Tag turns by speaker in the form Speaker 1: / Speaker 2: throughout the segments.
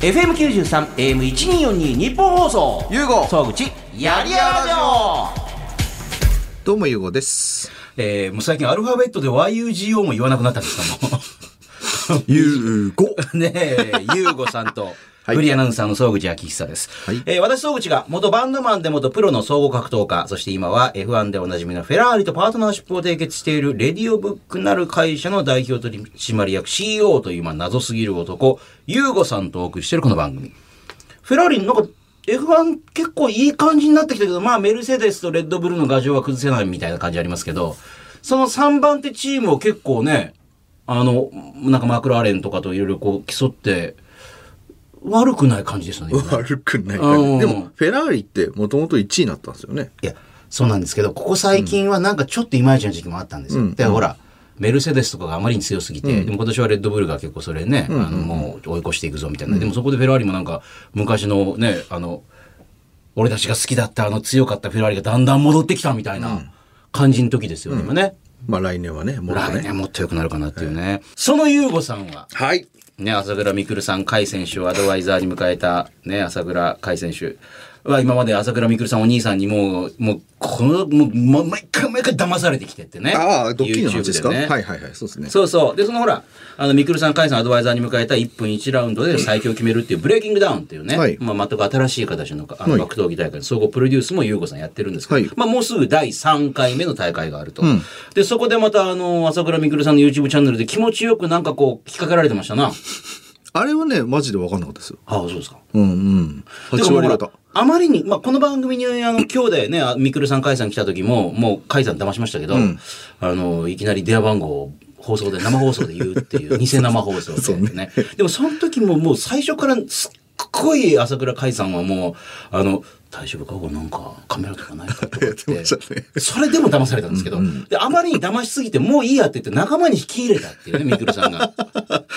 Speaker 1: FM93、AM1242 日本放送。
Speaker 2: ゆうご
Speaker 1: 総口、やりやらじょ
Speaker 2: どうもゆうごです。
Speaker 1: えー、もう最近アルファベットで YUGO も言わなくなったんですかも
Speaker 2: ゆうご。
Speaker 1: う。 ねえ、ゆうごさんと。
Speaker 2: はい
Speaker 1: フリーアナウンサーの総口昭久です。
Speaker 2: はい
Speaker 1: えー私、総口が元バンドマンで元プロの総合格闘家、そして今は F1 でおなじみのフェラーリとパートナーシップを締結しているレディオブックなる会社の代表取締役 CEO という、まあ、謎すぎる男、ユーゴさんとお送りしているこの番組。フェラーリなんか F1 結構いい感じになってきたけど、まあメルセデスとレッドブルの牙城は崩せないみたいな感じありますけど、その3番手チームを結構ね、あの、なんかマクラーレンとかといろいろこう競って、悪くない感じですよね。今ね
Speaker 2: 悪くない
Speaker 1: あー
Speaker 2: でも、フェラーリってもともと1位になったんですよね。
Speaker 1: いや、そうなんですけど、ここ最近はなんかちょっとイマイチな時期もあったんですよ。
Speaker 2: うん
Speaker 1: で、ほら、メルセデスとかがあまりに強すぎて、でも今年はレッドブルが結構それね、あのもう追い越していくぞみたいな。でもそこでフェラーリもなんか、昔のね、あの、俺たちが好きだったあの強かったフェラーリがだんだん戻ってきたみたいな感じの時ですよね、今ね。
Speaker 2: まあ来年はね、もっと
Speaker 1: 来
Speaker 2: ね。
Speaker 1: 年もっと良くなるかなっていうね。そのユーゴさんは、
Speaker 2: はい。
Speaker 1: ね、朝倉未来さん、甲斐選手をアドバイザーに迎えた、ね、朝倉甲斐選手は今まで朝倉未来さんお兄さんにもう、もう、この、もう、ま毎回毎回騙されてきてってね。
Speaker 2: ああ、ドッキリの
Speaker 1: YouTube
Speaker 2: 話ですか、
Speaker 1: ね
Speaker 2: はいはいはい、そうですね。
Speaker 1: そうそう。で、そのほら、あの、ミクルさん、カイさん、アドバイザーに迎えた1分1ラウンドで最強を決めるっていう、ブレイキングダウンっていうね、
Speaker 2: はい
Speaker 1: まあ、全く新しい形のあの
Speaker 2: はい
Speaker 1: 格闘技大会の総合プロデュースも優吾さんやってるんですけど、
Speaker 2: はい
Speaker 1: まあ、もうすぐ第3回目の大会があると。
Speaker 2: ん
Speaker 1: で、そこでまた、あの、朝倉ミクルさんの YouTube チャンネルで気持ちよくなんかこう、引っ掛けられてましたな。あ
Speaker 2: あれはね、マジで分かんなかったですよ。
Speaker 1: あ、そうですか。
Speaker 2: うんうん。
Speaker 1: で
Speaker 2: 8割
Speaker 1: も
Speaker 2: 方。
Speaker 1: あまりに、まあ、この番組に、あの、兄弟ね、あみくるさん、かいさん来た時も、もう、かいさん騙しましたけど、
Speaker 2: うん
Speaker 1: あの、いきなり電話番号を放送で、生放送で言うっていう、偽生放送でね。でも、その時ももう最初から、すっごい朝倉海さんはもう、あの、大丈夫かこれなんか、カメラとかないかとか言っ
Speaker 2: やってましたね
Speaker 1: て、 それでも騙されたんですけど、で、あまりに騙しすぎて、もういいやって言って仲間に引き入れたっていうね、みくるさんが。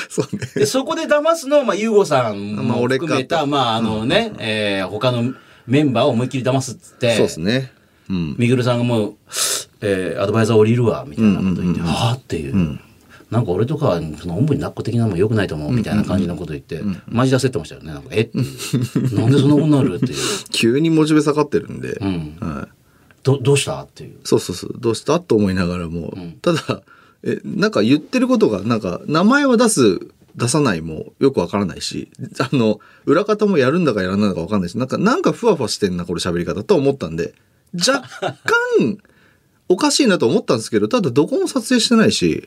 Speaker 2: そうね。
Speaker 1: で、そこで騙すのは、まあ、ゆうごさん
Speaker 2: まあ
Speaker 1: も
Speaker 2: 俺か
Speaker 1: 含めた、まあ、あのね、えー他のメンバーを思いっきり騙すっつって、
Speaker 2: そうですね。うん。
Speaker 1: みぐるさんがもう、えーアドバイザー降りるわ、みたいなこと言って、はあっていう。なんか俺とかはそのおんぶに抱っこ的なのも良くないと思うみたいな感じのこと言って、マジ焦ってましたよねなんかえっていうなんでそんなことになるっていう、
Speaker 2: 急にモチベ下がってるんで。
Speaker 1: うん、
Speaker 2: はい。
Speaker 1: どどうしたっていう
Speaker 2: そうそうそう。どうしたと思いながらも。ただ、え、なんか言ってることが、なんか、名前は出す、出さないもよくわからないし、あの、裏方もやるんだかやらないのかわかんないし、なんか、なんかふわふわしてんな、これ喋り方と思ったんで、若干、 おかしいなと思ったんですけど、ただどこも撮影してないし、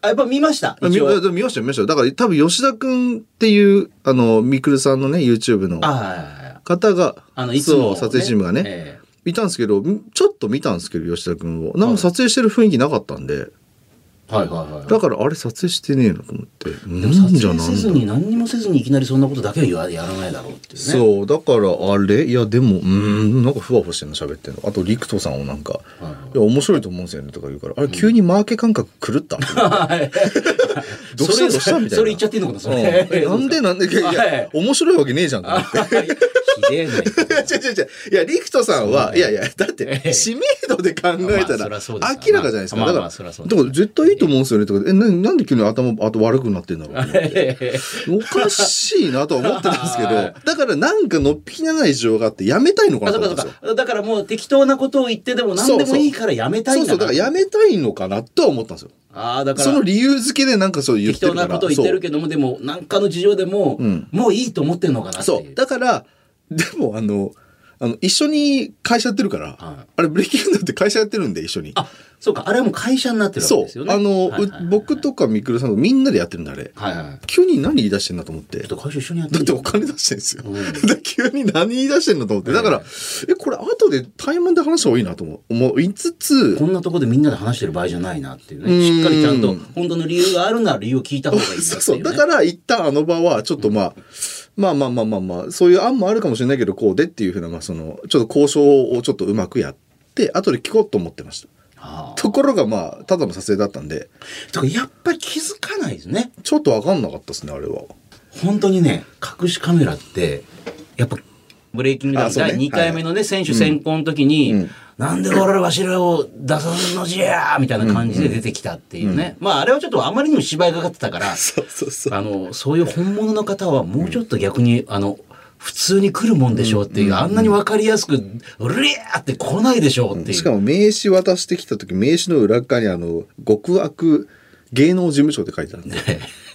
Speaker 1: あやっぱ見ました
Speaker 2: 見
Speaker 1: 一応
Speaker 2: 見ましたよ見ましたよだから多分吉田くんっていう、あの、みくるさんのね、YouTube の
Speaker 1: あはいはいはい
Speaker 2: 方が、
Speaker 1: あのいつも、
Speaker 2: そう撮影チームがね、
Speaker 1: え
Speaker 2: いたんですけど、んちょっと見たんですけど、吉田くんを。なんも撮影してる雰囲気なかったんで、
Speaker 1: えはいはいはい
Speaker 2: だからあれ撮影してねえのと思って。
Speaker 1: でも
Speaker 2: なん
Speaker 1: 撮
Speaker 2: じゃ
Speaker 1: 影
Speaker 2: なん
Speaker 1: せ
Speaker 2: だ
Speaker 1: ずに何にもせずにいきなりそんなことだけは言わやらないだろうっていうね。う。
Speaker 2: そう、だからあれいや、でも、うーん、なんかふわふわしてんの喋ってんの。あと、陸斗さんをなんか、いや、面白いと思うんですよねとか言うから、あれ急にマーケ感覚 狂った。
Speaker 1: それ
Speaker 2: どうしたどうしたみたいな。
Speaker 1: それ言っちゃっていいのかなそれ
Speaker 2: うんなんでなんで、いやい
Speaker 1: はい
Speaker 2: や、面白いわけねえじゃんと思って。
Speaker 1: ひでえね。
Speaker 2: 違う違う違う。いや、陸斗さんは、いやいや、だって、知名度で考えたら、
Speaker 1: まあそりゃそ
Speaker 2: 明
Speaker 1: うです
Speaker 2: らかじゃないですか。
Speaker 1: まあ
Speaker 2: だか
Speaker 1: まあ
Speaker 2: ら、
Speaker 1: そりゃそうです
Speaker 2: だから絶対いいと思うんですよね。とか、え、ななんで急に頭、あと悪くなってんだろう と思 って。おかしいなとは思ってたんですけど、
Speaker 1: はい
Speaker 2: だからなんかのっぴきなない事情があって、やめたいのか
Speaker 1: あ
Speaker 2: なと
Speaker 1: そう
Speaker 2: 思
Speaker 1: か
Speaker 2: っ
Speaker 1: そ
Speaker 2: た
Speaker 1: うん
Speaker 2: です
Speaker 1: か。
Speaker 2: よ。
Speaker 1: だからもう適当なことを言ってでも何でもいいからやめたい
Speaker 2: そうん
Speaker 1: だ
Speaker 2: そう、だ
Speaker 1: な
Speaker 2: からやめたいのかなとは思ったんですよ。
Speaker 1: ああだか
Speaker 2: その
Speaker 1: ら
Speaker 2: 理由付けでなんかそう言っ
Speaker 1: 適
Speaker 2: てる
Speaker 1: 当
Speaker 2: から。
Speaker 1: なことを言ってるけどもでも何かの事情でも
Speaker 2: うん
Speaker 1: もういいと思ってんのかなって
Speaker 2: そう
Speaker 1: い。う。
Speaker 2: だから、でもあの、あの、一緒に会社やってるから、
Speaker 1: はい
Speaker 2: あれ、ブレイキングダウンって会社やってるんで、一緒に。
Speaker 1: あそうかあれはもう会社になってるわけ
Speaker 2: そう
Speaker 1: ですよ。ね。
Speaker 2: あの、
Speaker 1: はいはいはいう
Speaker 2: 僕とかみくるさんとみんなでやってるんだ、あれ。
Speaker 1: はいはい。
Speaker 2: 急に何言い出してんだと思って。
Speaker 1: ちょっと会社一緒にやって
Speaker 2: だっ
Speaker 1: み
Speaker 2: て
Speaker 1: て
Speaker 2: お金出してんですよ。
Speaker 1: うん
Speaker 2: で急に何言い出してんだと思って。だから、え、これ後で対面で話した方がいいなと思う。思いつつ
Speaker 1: こ、んなとこでみんなで話してる場合じゃないなっていう
Speaker 2: う
Speaker 1: ね。
Speaker 2: ん
Speaker 1: しっかりちゃんと本当の理由があるなら理由を聞いた方がいいなっていう、ね。
Speaker 2: そうそう。だから一旦あの場は、ちょっとまあ、まあまあまあまあまあ、そういう案もあるかもしれないけど、こうでっていうふうな、まあその、ちょっと交渉をちょっとうまくやって、後で聞こうと思ってました。
Speaker 1: ああ
Speaker 2: ところがまあ、ただの撮影だったんで、
Speaker 1: だからやっぱり気づかないですね。
Speaker 2: ちょっとわかんなかったですね、あれは。
Speaker 1: 本当にね、隠しカメラって、やっぱ、ブレイキングダウ
Speaker 2: あ
Speaker 1: ン
Speaker 2: そうね
Speaker 1: 第2回目のね、選手選考の時に、
Speaker 2: うん
Speaker 1: なんで俺らわしらを出さんのじゃーみたいな感じで出てきたっていうね。まあ、あれはちょっとあまりにも芝居がかってたから、
Speaker 2: そうそうそう。
Speaker 1: あの、そういう本物の方はもうちょっと逆に、あの、普通に来るもんでしょうっていう、あんなにわかりやすく、うりゃーって来ないでしょうっていう。
Speaker 2: しかも名刺渡してきた時名刺の裏側にあの「極悪芸能事務所」って書いてあるんで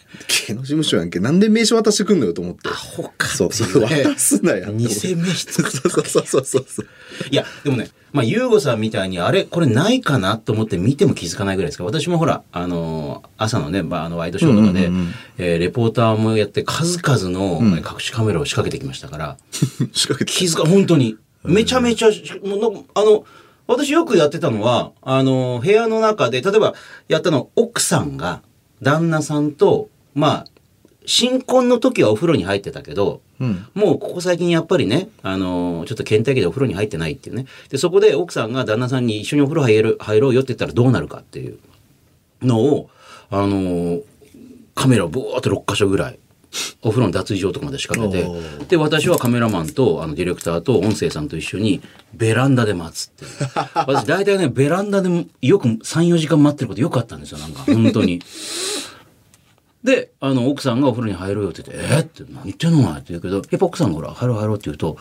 Speaker 2: 芸能事務所やんけなんで名刺渡してくんのよと思って
Speaker 1: アホかって
Speaker 2: そ
Speaker 1: いうね
Speaker 2: そう渡すなや
Speaker 1: 偽名
Speaker 2: そ
Speaker 1: 刺
Speaker 2: うそうそうそうそうそう
Speaker 1: いや、でもね、まあ、ゆうごさんみたいに、あれ、これないかなと思って見ても気づかないぐらいですから、私もほら、あのー朝のね、まあ、あのワイドショーとかで、
Speaker 2: うんうんうん
Speaker 1: えーレポーターもやって、数々のえー隠しカメラを仕掛けてきましたから、
Speaker 2: 仕掛けて
Speaker 1: 気づか、本当に。めちゃめちゃ、もうのあの、私よくやってたのは、あの、部屋の中で、例えば、やったの、奥さんが、旦那さんと、まあ、新婚の時はお風呂に入ってたけど、
Speaker 2: うん
Speaker 1: もうここ最近やっぱりね、あのーちょっと倦怠期でお風呂に入ってないっていうね。で、そこで奥さんが旦那さんに一緒にお風呂入る入ろうよって言ったらどうなるかっていうのを、あのーカメラをブワーっと6箇所ぐらい、お風呂の脱衣所とかまで仕掛け
Speaker 2: お
Speaker 1: て、で、私はカメラマンと、あの、ディレクターと音声さんと一緒に、ベランダで待つっていう。私、大体ね、ベランダでよく3、4時間待ってることよくあったんですよ、なんか、本当に。で、あの、奥さんがお風呂に入ろうよって言って、えーって何言ってんのお前って言うけど、やっぱ奥さんがほら、入ろう入ろうって言うと、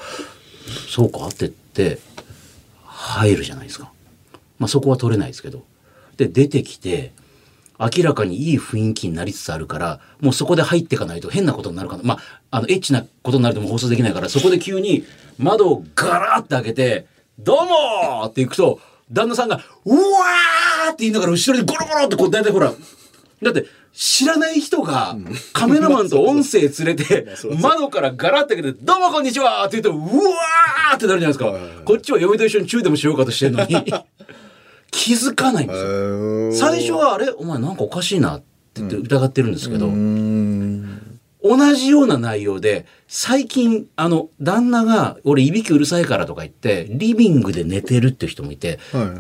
Speaker 1: そうかって言って、入るじゃないですか。まあそこは取れないですけど。で、出てきて、明らかにいい雰囲気になりつつあるから、もうそこで入っていかないと変なことになるかな。まあ、あの、エッチなことになるともう放送できないから、そこで急に窓をガラッて開けて、どうもーって行くと、旦那さんが、うわーって言いながら後ろにゴロゴロってこう、だいたいほら、だって、知らない人が、カメラマンと音声連れ て、窓からガラッて開けて、どうもこんにちはって言うと、うわーってなるじゃないですか。こっちは嫁と一緒にチューでもしようかとしてるのに、気づかないんですよ。最初はあれお前なんかおかしいなって言って疑ってるんですけど、
Speaker 2: うーん
Speaker 1: 同じような内容で最近あの旦那が俺いびきうるさいからとか言ってリビングで寝てるっていう人もいて
Speaker 2: は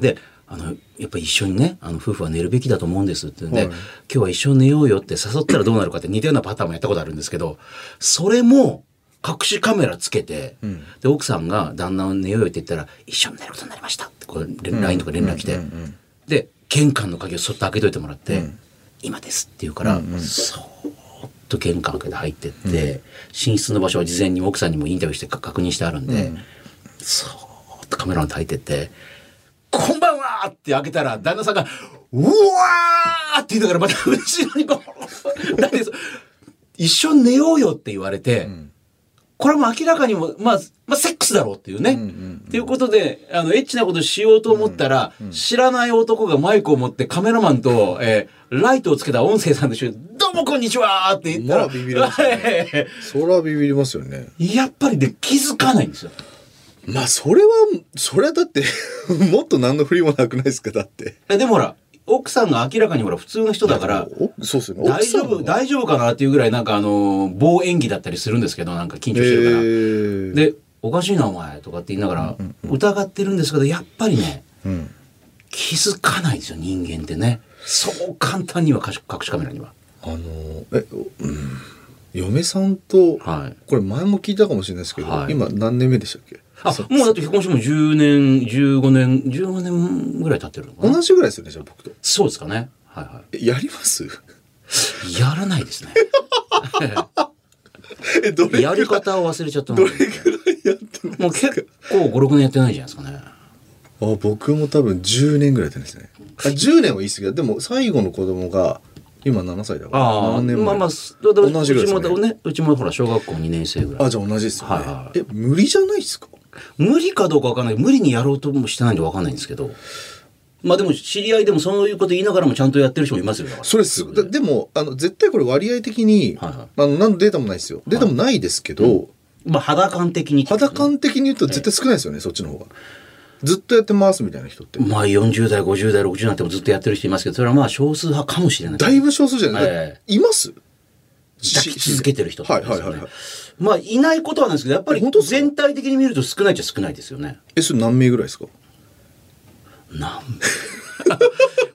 Speaker 1: であのやっぱり一緒にねあの夫婦は寝るべきだと思うんですって言うんで、
Speaker 2: はい
Speaker 1: 今日は一緒に寝ようよって誘ったらどうなるかって似たようなパターンもやったことあるんですけどそれも隠しカメラつけて、
Speaker 2: ん
Speaker 1: で奥さんが旦那を寝ようよって言ったら一緒に寝ることになりましたってこう連 LINE とか連絡来て、
Speaker 2: うんうんうん
Speaker 1: で玄関の鍵をそっと開けといてもらって「
Speaker 2: ん
Speaker 1: 今です」って言うから、そーっと玄関開けて入ってって、寝室の場所を事前に奥さんにもインタビューしてか確認してあるんで、そーっとカメラマンと入ってって「こんばんは!」って開けたら旦那さんが「うわー!」って言いながらまた後ろにこうだってそ一緒に寝ようよって言われて。これも明らかにも、まあ、まあ、セックスだろうっていうね。
Speaker 2: んうん
Speaker 1: っていうことで、あの、エッチなことしようと思ったら、知らない男がマイクを持ってカメラマンと、えーライトをつけた音声さんと一緒に、どうもこんにちはって言ったら、
Speaker 2: まあビビりますよ
Speaker 1: え
Speaker 2: いそれはビビりますよね
Speaker 1: ー やっぱりで、気づかないんですよ。
Speaker 2: まあそれはそれはだって もっと何の振りもなくないですかだって
Speaker 1: えでもほら、奥さんが明らかにほら、普通の人だから、
Speaker 2: おそうですよね
Speaker 1: 大丈夫、
Speaker 2: 丈
Speaker 1: 大丈夫かなっていうぐらい、なんかあのー、棒演技だったりするんですけど、なんか緊張してるから。
Speaker 2: 夫
Speaker 1: で、おかしいなお前とかって言いながら、疑ってるんですけど、やっぱりね、
Speaker 2: うん
Speaker 1: 気づかないですよ人間ってねそう簡単には隠し隠しカメラには
Speaker 2: あのえ、うん、嫁さんと、
Speaker 1: はい
Speaker 2: これ前も聞いたかもしれないですけど、
Speaker 1: はい
Speaker 2: 今何年目でしたっけ
Speaker 1: あ
Speaker 2: そう
Speaker 1: もうだって結婚しても10年15年15年ぐらい経ってるのかな
Speaker 2: 同じぐらいですよねじゃあ僕と
Speaker 1: そうですかねはいは
Speaker 2: えやります
Speaker 1: いやらないですね
Speaker 2: えどれ
Speaker 1: やり方を忘れちゃったな
Speaker 2: どれぐらいやってない
Speaker 1: もう結構56年やってないんじゃないですかね
Speaker 2: あ僕も多分10年ぐらいやってないですねあ10年は言い過ぎだでも最後の子供が今7歳だから
Speaker 1: ああ
Speaker 2: 何年前
Speaker 1: まあまあだだ
Speaker 2: 同じぐらいです
Speaker 1: うちも
Speaker 2: ね
Speaker 1: ねうちもほら小学校2年生ぐら
Speaker 2: あ
Speaker 1: い
Speaker 2: じゃあ同じですよね、
Speaker 1: はいはい
Speaker 2: え無理じゃないですか
Speaker 1: 無理かどうかわかんない無理にやろうともしてないんでわかんないんですけどまあでも知り合いでもそういうこと言いながらもちゃんとやってる人もいますよだから
Speaker 2: それですだでもあの絶対これ割合的に、
Speaker 1: はいはい
Speaker 2: あの何のデータもないですよデータもないですけど、
Speaker 1: まあ肌感的に
Speaker 2: 肌感的に言うと絶対少ないですよね、そっちの方が。ずっとやってますみたいな人って。
Speaker 1: まあ40代50代60代になってもずっとやってる人いますけどそれはまあ少数派かもしれない
Speaker 2: だいぶ少数じゃない、
Speaker 1: え
Speaker 2: います
Speaker 1: 抱き続けてる人って
Speaker 2: は
Speaker 1: こ
Speaker 2: い
Speaker 1: と
Speaker 2: は
Speaker 1: ですよ
Speaker 2: いはい
Speaker 1: ね
Speaker 2: はい。
Speaker 1: まあいないことはないですけどやっぱり
Speaker 2: 本当ですか
Speaker 1: 全体的に見ると少ないっちゃ少ないですよね
Speaker 2: え、それ何名ぐらいですか
Speaker 1: なん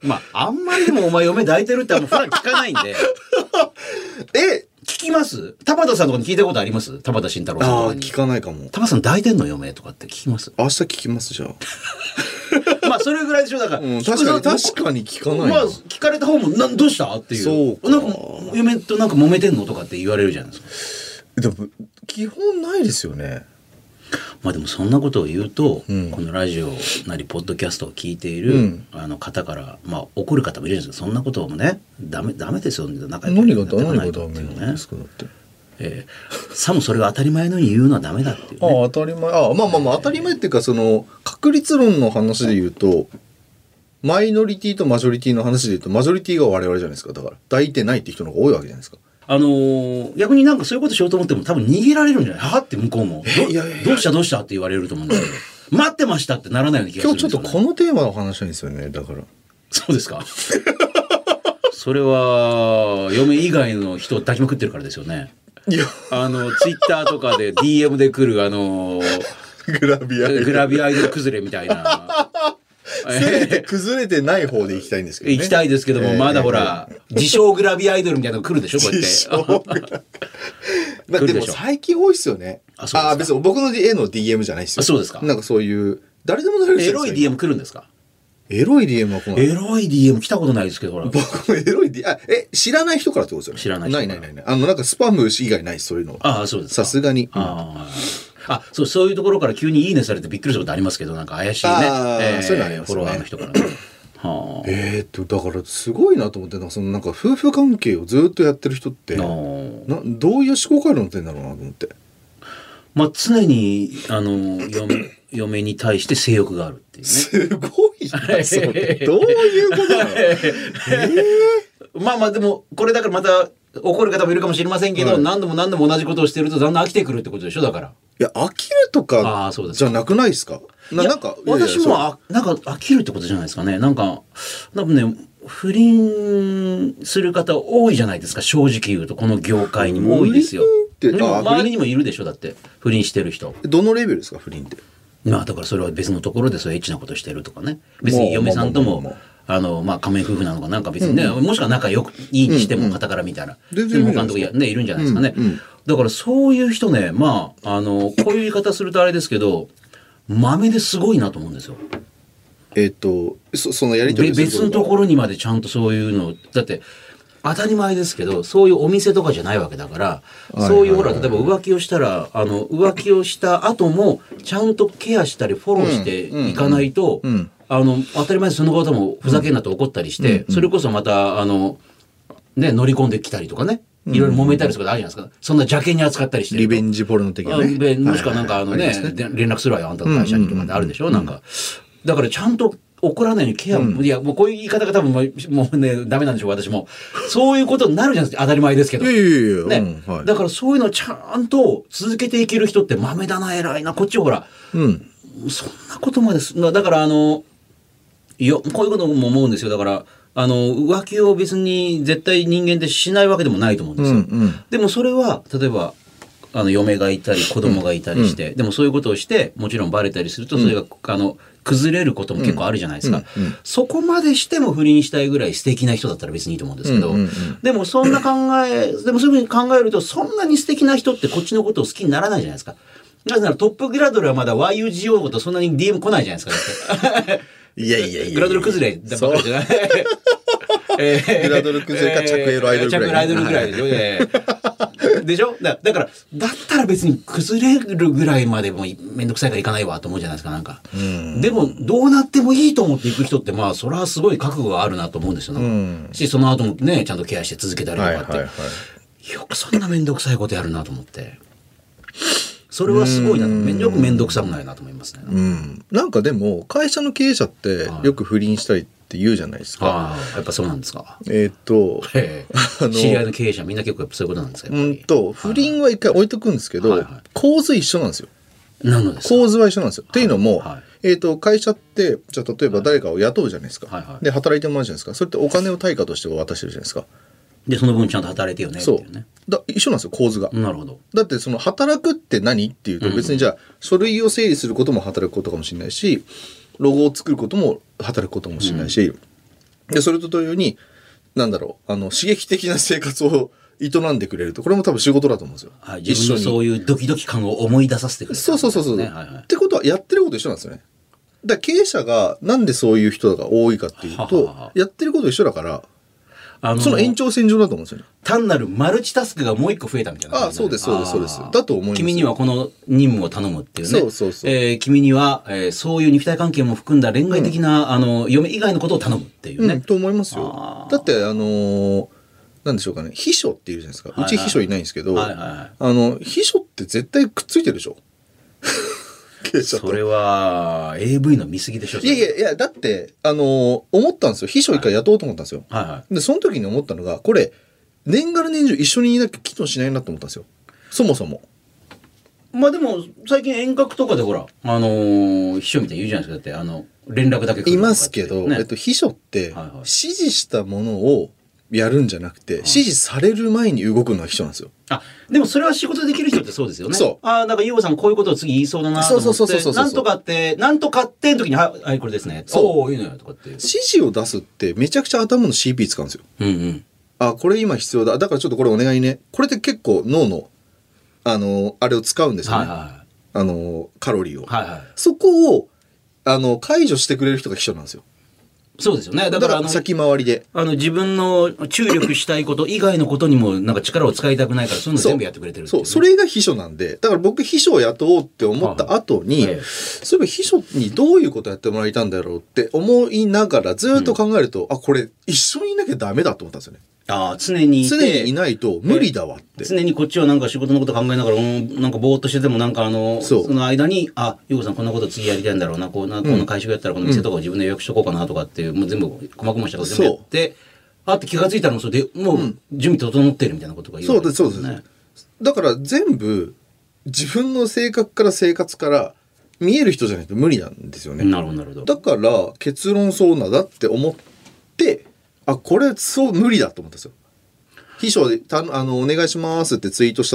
Speaker 1: まああんまりでもお前嫁抱いてるってあんま普段聞かないんで
Speaker 2: え
Speaker 1: 聞きいます田畑さんとかに聞いたことあります田畑慎太郎さん
Speaker 2: あ
Speaker 1: と
Speaker 2: あ
Speaker 1: かに
Speaker 2: 聞かないかも
Speaker 1: 田畑さん大天の嫁とかって聞きます
Speaker 2: 明日聞きますじゃあ、
Speaker 1: まあそれぐらいでしょだから、
Speaker 2: うん、確かに
Speaker 1: 聞く
Speaker 2: 確かに聞かないな、
Speaker 1: まあ聞かれた方もなんどうしたっていう
Speaker 2: そうか
Speaker 1: なんか嫁となんか揉めてんのとかって言われるじゃないですか
Speaker 2: でも基本ないですよね
Speaker 1: まあでもそんなことを言うと、
Speaker 2: うん
Speaker 1: このラジオなりポッドキャストを聞いている、
Speaker 2: うん
Speaker 1: あの方から、まあ、怒る方もいるんですけどそんなこともねダメダメですよ仲良く
Speaker 2: 何が
Speaker 1: やって
Speaker 2: 何
Speaker 1: いかな
Speaker 2: が
Speaker 1: いと
Speaker 2: ダ
Speaker 1: っ
Speaker 2: メ
Speaker 1: て
Speaker 2: ないん
Speaker 1: う
Speaker 2: で
Speaker 1: ね
Speaker 2: すかだって
Speaker 1: ええさもそれが当たり前のように言うのはダメだっていう、
Speaker 2: ああ
Speaker 1: ね、
Speaker 2: 当たり前ああまあまあまあ当たり前っていうかその確率論の話で言うとマイノリティとマジョリティの話で言うとマジョリティが我々じゃないですかだから抱いてないって人の方が多いわけじゃないですか
Speaker 1: あのー逆になんかそういうことしようと思っても多分逃げられるんじゃないはあって向こうもど
Speaker 2: いやいやいや
Speaker 1: どうしたどうしたって言われると思うんですけど待ってましたってならないような気がす
Speaker 2: 今
Speaker 1: るん
Speaker 2: 日
Speaker 1: です
Speaker 2: ちょ
Speaker 1: よ、
Speaker 2: っ
Speaker 1: ね、
Speaker 2: とこのテーマの話なんですよねだから
Speaker 1: そうです かそれは嫁以外の人を抱きまくってるからですよね
Speaker 2: いや
Speaker 1: あの、ツイッターとかで DM で来る、あの、
Speaker 2: グラビア
Speaker 1: グラビアアイドル崩れみたい な。
Speaker 2: せめて
Speaker 1: え
Speaker 2: 崩れてない方で行きたいんですけど、ね、
Speaker 1: 行きたいですけども、
Speaker 2: ええ
Speaker 1: まだほら、自称グラビアアイドルみたいなの来るでしょ、こうやっ て。
Speaker 2: 自称グラビアでも最近多いっすよね
Speaker 1: あそうですか
Speaker 2: あ別に僕の絵の DM じゃないっすよ
Speaker 1: あそうですか
Speaker 2: なんかそういう誰でもなれ る
Speaker 1: エロい DM 来るんですか
Speaker 2: エロい DM は来ない
Speaker 1: エロい DM 来たことないですけど、ほら。
Speaker 2: 僕もエロい D あえ知らない人からってことですよね
Speaker 1: 知らない人
Speaker 2: な
Speaker 1: から
Speaker 2: いないないないあのなんかスパム以外ないそういうのは
Speaker 1: ああ、そうですか。
Speaker 2: さすがに
Speaker 1: ああ。あ、そう、そういうところから急にいいねされてびっくりすることありますけど、なんか怪しいね。
Speaker 2: ああそういうのあります
Speaker 1: フ
Speaker 2: ね
Speaker 1: ォロワーの人から ね。はあ。
Speaker 2: えー、っとだからすごいなと思ってなんかそのなんか夫婦関係をずっとやってる人って
Speaker 1: あ
Speaker 2: な
Speaker 1: あ
Speaker 2: どういう思考回路になってんだろうなと思って
Speaker 1: まあ、常に、あの、嫁、嫁に対して性欲があるっていうね。
Speaker 2: すごいなそ れどういうことなの
Speaker 1: まあまあでもこれだからまた怒る方もいるかもしれませんけど、
Speaker 2: はい
Speaker 1: 何度も何度も同じことをしてるとだんだん飽きてくるってことでしょだから。
Speaker 2: いや飽きると
Speaker 1: あ
Speaker 2: か
Speaker 1: ーそうです
Speaker 2: じゃなくないですかない
Speaker 1: や
Speaker 2: なんか
Speaker 1: 私
Speaker 2: いやい
Speaker 1: も
Speaker 2: や
Speaker 1: あなんか飽きるってことじゃないですかねなんか多分ね不倫する方多いじゃないですか正直言うとこの業界にも多いですよ。
Speaker 2: 不倫って
Speaker 1: でも
Speaker 2: あ
Speaker 1: 周りにもいるでしょだって不倫してる人。
Speaker 2: そうどのレベルですか不倫って
Speaker 1: まあだからそれは別のところでそういうエッチなことしてるとかね別に嫁さんと
Speaker 2: まあまあまあ
Speaker 1: も
Speaker 2: まあ
Speaker 1: あのまあ仮面夫婦なのかなんか別にね、もしくは仲良くいいにして
Speaker 2: うんう
Speaker 1: も
Speaker 2: ん
Speaker 1: 傍からみたいな、
Speaker 2: 全
Speaker 1: で
Speaker 2: 然いる
Speaker 1: も
Speaker 2: んじ
Speaker 1: 他のとこ
Speaker 2: ゃないですか
Speaker 1: やねいるんじゃないですかね、
Speaker 2: うんうん
Speaker 1: だからそういう人ねまああのこういう言い方するとあれですけど豆ですごいなと思うんですよ
Speaker 2: えーっとそそのやり取
Speaker 1: べ
Speaker 2: り
Speaker 1: 別のところにまでちゃんとそういうのだって当たり前ですけどそういうお店とかじゃないわけだから、
Speaker 2: はい
Speaker 1: そういうほ
Speaker 2: は
Speaker 1: ら
Speaker 2: い
Speaker 1: 例えば浮気をしたらあの浮気をした後もちゃんとケアしたりフォローしていかないと、
Speaker 2: うんうんうん
Speaker 1: あの当たり前にその方もふざけんなと怒ったりして、それこそまたあの、ね、乗り込んできたりとかねいろいろ揉めたりすることあるじゃないですか、そんな邪険に扱ったりしてる
Speaker 2: リ
Speaker 1: と
Speaker 2: ベンジポルノ的な
Speaker 1: あ
Speaker 2: ね
Speaker 1: でもしくはなんかあの
Speaker 2: はい
Speaker 1: ね
Speaker 2: はいはいあります
Speaker 1: で連絡するわよあんたの会社にとかってあるでしょ、なんかだからちゃんと怒らないようにケア、いやもうこういう言い方が多分もうもうねダメなんでしょう私もそういうことになるじゃないですか当たり前ですけど
Speaker 2: いやいやいや、
Speaker 1: ね
Speaker 2: うんはい
Speaker 1: だからそういうのをちゃんと続けていける人って豆だな偉いなこっちほら
Speaker 2: うん
Speaker 1: そんなことまですだからあのよこういうことも思うんですよだからあの浮気を別に絶対人間ってしないわけでもないと思うんですよ、
Speaker 2: うん
Speaker 1: でもそれは例えばあの嫁がいたり子供がいたりして、でもそういうことをしてもちろんバレたりするとそれが、あの崩れることも結構あるじゃないですか、
Speaker 2: うんうん
Speaker 1: そこまでしても不倫したいぐらい素敵な人だったら別にいいと思うんですけど、
Speaker 2: うんうんうん
Speaker 1: でもそんな考えでもそういうふうに考えるとそんなに素敵な人ってこっちのことを好きにならないじゃないですか。なぜならトップグラドルはまだ YUGO とそんなに DM 来ないじゃないですかだって。
Speaker 2: いやいやいや
Speaker 1: グラドル崩れだばっかりじゃない。 えー
Speaker 2: グラドル崩れか着エロアイドルぐらい
Speaker 1: 着エロアイドルぐらいでしょ。えーでしょだだから、だったら別に崩れるぐらいまでもいめんどくさいからいかないわと思うじゃないですか、なんか。でも、どうなってもいいと思っていく人って、まあ、それはすごい覚悟があるなと思うんですよ。なんかし、その後もね、ちゃんとケアして続けたりと
Speaker 2: はい
Speaker 1: か
Speaker 2: はい
Speaker 1: って。
Speaker 2: はい
Speaker 1: よくそんなめんどくさいことやるなと思って。それはすごいなと。めんよくめんどくさくないなと思いますね。
Speaker 2: うんなんかでも会社の経営者って
Speaker 1: はい
Speaker 2: よく不倫したいって言うじゃないですか、
Speaker 1: ああ、やっぱそうなんですか。
Speaker 2: えーっと
Speaker 1: え
Speaker 2: あ
Speaker 1: え
Speaker 2: の
Speaker 1: 知り合いの経営者みんな結構やっぱそういうことなんですよ。
Speaker 2: う
Speaker 1: やっぱ
Speaker 2: ん
Speaker 1: り
Speaker 2: と不倫は一回置いとくんですけど、
Speaker 1: はいはい
Speaker 2: 構図一緒なんですよ
Speaker 1: なのです。
Speaker 2: 構図は一緒なんですよ。っていうのも、
Speaker 1: はい
Speaker 2: えー、と会社ってじゃあ例えば誰かを雇うじゃないですか、
Speaker 1: はいはい
Speaker 2: で働いてもらうじゃないですかそれってお金を対価として渡してるじゃないですか、
Speaker 1: で、その分ちゃんと働いてよねって
Speaker 2: そ
Speaker 1: いうね。
Speaker 2: うだ一緒なんですよ構図が、
Speaker 1: なるほど。
Speaker 2: だってその働くって何っていうと別にじゃあ書類を整理することも働くことかもしれないしロゴを作ることも働くことかもしれないし、でそれと同様になんだろうあの刺激的な生活を営んでくれるとこれも多分仕事だと思うんですよ、
Speaker 1: はい、自分のそういうドキドキ感を思い出させてくれる、
Speaker 2: そうそうそうそう。
Speaker 1: ねはいはい
Speaker 2: ってことはやってること一緒なんですよね。だから経営者がなんでそういう人が多いかっていうと、
Speaker 1: はははは
Speaker 2: やってること一緒だから、
Speaker 1: あの
Speaker 2: その延長線上だと思うんですよね。
Speaker 1: 単なるマルチタスクがもう一個増えたみたいな感じだね、
Speaker 2: あそうですそうですそうです
Speaker 1: あー
Speaker 2: だと思います
Speaker 1: 君にはこの任務を頼むっていうね。
Speaker 2: そうそうそう
Speaker 1: えー君には、えーそういう肉体関係も含んだ恋愛的な、あの、嫁以外のことを頼むっていうね。
Speaker 2: うん、と思います
Speaker 1: あ
Speaker 2: よ。
Speaker 1: ー
Speaker 2: だって、あのーなんでしょうかね、秘書っているじゃないですか。
Speaker 1: いうはい
Speaker 2: ち秘書いないんですけど、
Speaker 1: はいはいはい
Speaker 2: あの、秘書って絶対くっついてるでし ょ経営者と
Speaker 1: そ。れは、AV の見過ぎでしょ
Speaker 2: いやい。やいや、だって、あのー思ったんですよ。秘書一回雇おうと思ったんですよ。
Speaker 1: それはいはい。
Speaker 2: で、その時に思ったのが、これ、年がら年中一緒にいなきゃ機能しないなと思ったんですよ。そもそも。
Speaker 1: まあでも、最近遠隔とかでほら、あのー秘書みたいに言うじゃないですか。だって、あの、連絡だけ来るとかって
Speaker 2: いますけど、
Speaker 1: ね
Speaker 2: えっと、秘書っ
Speaker 1: は
Speaker 2: て、
Speaker 1: いはい
Speaker 2: 指示したものをやるんじゃなくて、指示される前に動くのは秘書なんですよ。
Speaker 1: あ、でもそれは仕事できる人ってそうですよね。
Speaker 2: そう
Speaker 1: あーなんか、ゆうごさんこういうことを次言いそうだなと思って。
Speaker 2: そうそうそうそうそうそう
Speaker 1: なんとかって、なんとかって時に、はい、はいこれですね。
Speaker 2: そう
Speaker 1: おーいいのよ、とかっていう。
Speaker 2: 指示を出すって、めちゃくちゃ頭の CP 使うんですよ。
Speaker 1: うんうん。
Speaker 2: あ、これ今必要だ。だからちょっとこれお願いね。これって結構脳の、あの、あれを使うんですよ
Speaker 1: は
Speaker 2: ね。
Speaker 1: いは
Speaker 2: あの、カロリーを。
Speaker 1: い。はいはい。
Speaker 2: そこを、あの、解除してくれる人が秘書なんですよ。
Speaker 1: そうですよね。だ
Speaker 2: だ
Speaker 1: か、
Speaker 2: から
Speaker 1: あ
Speaker 2: ら
Speaker 1: の、
Speaker 2: 先回りで。
Speaker 1: あの自分の注力したいこと以外のことにも、なんか力を使いたくないから、そういうの
Speaker 2: そう
Speaker 1: 全部やってくれてるってい
Speaker 2: そう、それが秘書なんで、だから僕秘書を雇おうって思った後
Speaker 1: は
Speaker 2: に、
Speaker 1: いはいええ
Speaker 2: そういえば秘書にどういうことやってもらいたいんだろうって思いながらずっと考えると、あ、これ一緒にいなきゃダメだと思ったんですよね。
Speaker 1: ああ、常にいて。
Speaker 2: 常にいないと無理だわって。
Speaker 1: 常にこっちはなんか仕事のこと考えながら、うんなんかぼーっとしてても、なんかあの、
Speaker 2: そう
Speaker 1: の間に、あ、ゆうこさんこんなこと次やりたいんだろうな、こんな、この会食やったらこの店とかを自分で予約しとこうかなとかっていう、もう全部、細々したこと全部やって、あって気がついたらもうそれで、もう準備整ってるみたいなことが言
Speaker 2: そうです、そうです。だから全部自分の性格から生活から見える人じゃないと無理なんですよね。
Speaker 1: なるほど、なるほど。
Speaker 2: だから結論そうなんだって思ってあこれそう無理だと思ったんですよ秘書でたあの「お願いします」ってツイートし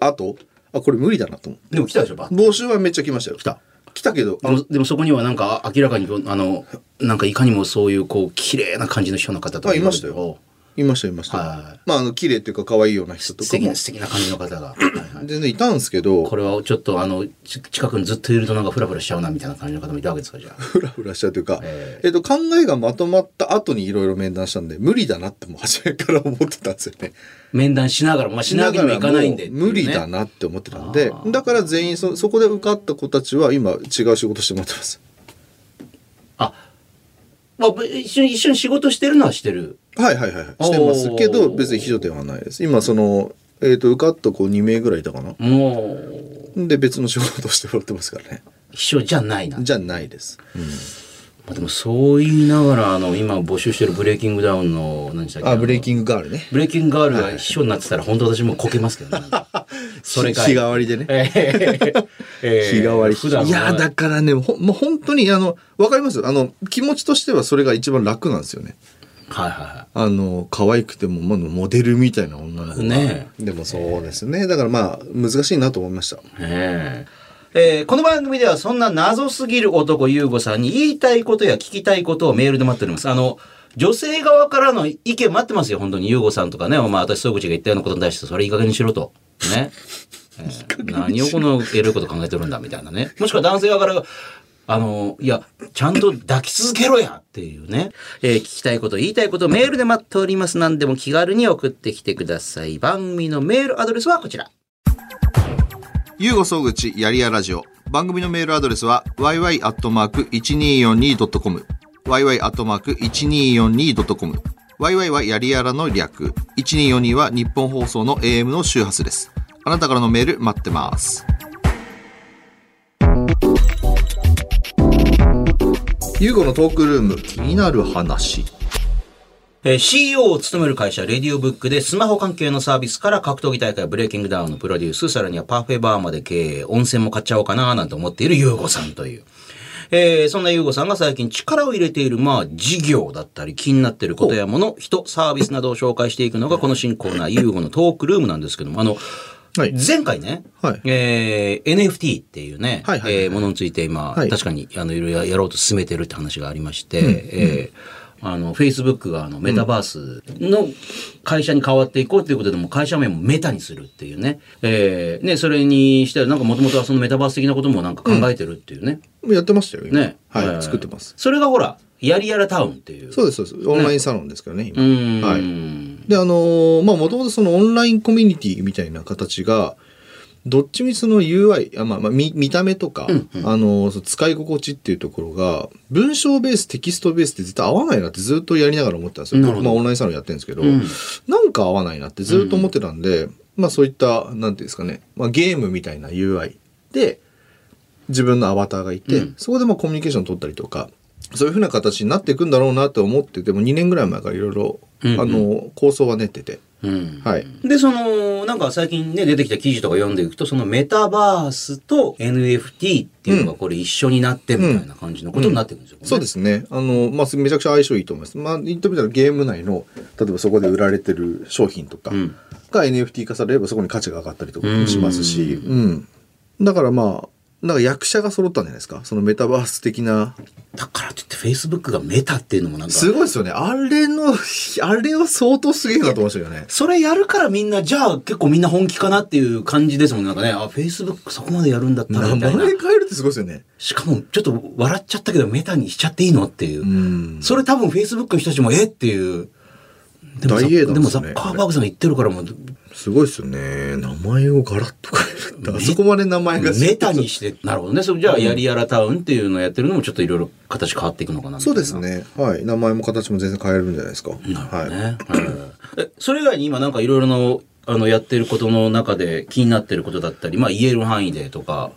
Speaker 2: た後あこれ無理だなと思
Speaker 1: でも来たでしょ、ば
Speaker 2: う募集はめっちゃ来ましたよ来た来たけど
Speaker 1: で
Speaker 2: あ
Speaker 1: もでもそこにはなんか明らかにあのなんかいかにもそういうこう綺麗な感じの人の方とか
Speaker 2: あいましたよいましたいました
Speaker 1: はい
Speaker 2: まああの綺麗っていうか可愛いような人と
Speaker 1: 素
Speaker 2: か
Speaker 1: 敵
Speaker 2: も
Speaker 1: な素敵な感じの方 が、はいはい
Speaker 2: 全然いたんですけど
Speaker 1: これはちょっとあのち近くにずっといるとなんかフラフラしちゃうなみたいな感じの方もいたわけですかじゃあ
Speaker 2: フラフラしたというか、
Speaker 1: え
Speaker 2: えっと、考えがまとまった後にいろいろ面談したんで無理だなってもう初めから思ってたんですよね
Speaker 1: 面談しながらも、 まあ、しなわけにもいかないんでっていうね、
Speaker 2: 無理だなって思ってたんでだから全員そそこで受かった子たちは今違う仕事してもらってます
Speaker 1: あ、まあ、一緒に一緒に仕事してるのはしてる
Speaker 2: はいはいはいはいしてますけ
Speaker 1: お
Speaker 2: ど
Speaker 1: ー
Speaker 2: 別に秘書ではないです今そのえっ、と受かった子2名ぐらいいたかな
Speaker 1: もうん
Speaker 2: で別の仕事をしてもらってますからね
Speaker 1: 秘書じゃないな、ま
Speaker 2: じゃないです、
Speaker 1: あ、でもそう言いながらあの今募集してるブレイキングダウンの何でしたっけ
Speaker 2: あブレイ
Speaker 1: ング
Speaker 2: キングガールね
Speaker 1: ブレイキングガールが秘書になってたら本当私もうこけますけど ねそれか
Speaker 2: 日替わりでね
Speaker 1: えーえー
Speaker 2: 日替わり、
Speaker 1: 普段はい
Speaker 2: やだからねほんもう本当にあのわかりますあの気持ちとしてはそれが一番楽なんですよね
Speaker 1: はいはいはい
Speaker 2: あの可愛くても、まあ、モデルみたいな女の子が
Speaker 1: ね
Speaker 2: でもそうですねだからまあ難しいなと思いました
Speaker 1: ええーこの番組ではそんな謎すぎる男優吾さんに言いたいことや聞きたいことをメールで待っております。あの女性側からの意見待ってますよ、本当に。優吾さんとかね、お前、私、総口が言ったようなことに対して、それいい加減にしろと。ね。えー何をこのエロいこと考えてるんだ、みたいなね。もしくは男性側から、あの、いや、ちゃんと抱き続けろやっていうね。えー聞きたいこと、言いたいこと、メールで待っております。何でも気軽に送ってきてください。番組のメールアドレスはこちら。
Speaker 2: ゆうご総口やりやラジオ。番組のメールアドレスは yy.1242.com。yy.1242.com。yy はやりやらの略。1242は日本放送の AM の周波数です。あなたからのメール待ってます。ゆうごのトークルーム気になる話。
Speaker 1: えー CEO を務める会社、レディオブックでスマホ関係のサービスから格闘技大会、ブレイキングダウンのプロデュース、さらにはパフェバーまで経営、温泉も買っちゃおうかななんて思っているユーゴさんという。えーそんなユーゴさんが最近力を入れている、まあ、事業だったり、気になっていることやもの、人、サービスなどを紹介していくのが、この新コーナー、ユーゴのトークルームなんですけども、あの、
Speaker 2: はい
Speaker 1: 前回ね、
Speaker 2: はい
Speaker 1: えー NFT っていうね、
Speaker 2: はいはいはいはい
Speaker 1: えーものについて今、
Speaker 2: はい
Speaker 1: 確かにあのいろいろやろうと進めてるって話がありまして、えーあの、Facebook があのメタバースの会社に変わっていこうということで、もう会社名もメタにするっていうね。えー、ね、それにしては、なんかもともとはそのメタバース的なこともなんか考えてるっていうね。
Speaker 2: やってましたよ今
Speaker 1: ね。
Speaker 2: はい、
Speaker 1: えー
Speaker 2: 作ってます。
Speaker 1: それがほら、やりやらタウンっていう。
Speaker 2: そうですそうですオンラインサロンですけどね
Speaker 1: う
Speaker 2: 今
Speaker 1: ーん。
Speaker 2: はいであのーまあもともとそのオンラインコミュニティみたいな形がどっちみちその UI あ、まあまあ、見見た目とか、あのーそう使い心地っていうところが文章ベーステキストベースって絶対合わないなってずっとやりながら思ってたんですよ。
Speaker 1: なるほど
Speaker 2: まあ、オンラインサロンやってるんですけど、
Speaker 1: うん
Speaker 2: なんか合わないなってずっと思ってたんで、まあそういったなんていうんですかね、まあ、ゲームみたいな UI で自分のアバターがいて、
Speaker 1: うん
Speaker 2: そこでまあコミュニケーション取ったりとかそういうふうな形になっていくんだろうなって思ってても2年ぐらい前からいろいろ
Speaker 1: うんうん
Speaker 2: あの構想は練ってて、
Speaker 1: うん。
Speaker 2: はい
Speaker 1: で、その、なんか最近ね、出てきた記事とか読んでいくと、そのメタバースと NFT っていうのがこれ一緒になってみたいな感じのことになってくるんですよ、これね
Speaker 2: そうですねあの、まあ、めちゃくちゃ相性いいと思います、まあ、言ってみたらゲーム内の例えばそこで売られてる商品とか
Speaker 1: うん
Speaker 2: が NFT 化されればそこに価値が上がったりとかもしますし、うんだからまあなんか役者が揃ったんじゃないですかそのメタバース的な
Speaker 1: だからといって Facebook がメタっていうのもなんか、
Speaker 2: すごいですよねあれのあれは相当すげえなと思いましたよね
Speaker 1: それやるからみんな、じゃあ結構みんな本気かなっていう感じですもんね。なんかね、あ、Facebook そこまでやるんだったら
Speaker 2: 名
Speaker 1: みた
Speaker 2: 前
Speaker 1: いな
Speaker 2: 変。えるってすごいですよね
Speaker 1: しかもちょっと笑っちゃったけどメタにしちゃっていいのっていう。
Speaker 2: うん
Speaker 1: それ多分 Facebook の人たちもえっていう。でもザ
Speaker 2: 大英断
Speaker 1: で
Speaker 2: ですね
Speaker 1: もザッカーバーグさんが言ってるからもう、
Speaker 2: すごいですよね名前をガラッと変えるってあそこまで名前が
Speaker 1: メタにして、なるほどね。それじゃあ、やりやらタウンっていうのをやってるのも、ちょっといろいろ形変わっていくのかなみたい
Speaker 2: そう
Speaker 1: な
Speaker 2: です。ねはい名前も形も全然変えるんじゃないですか
Speaker 1: なるほど
Speaker 2: はい
Speaker 1: ね。はいえそれ以外に今、なんかいろいろの、あの、やってることの中で気になってることだったり、まあ、言える範囲でとか。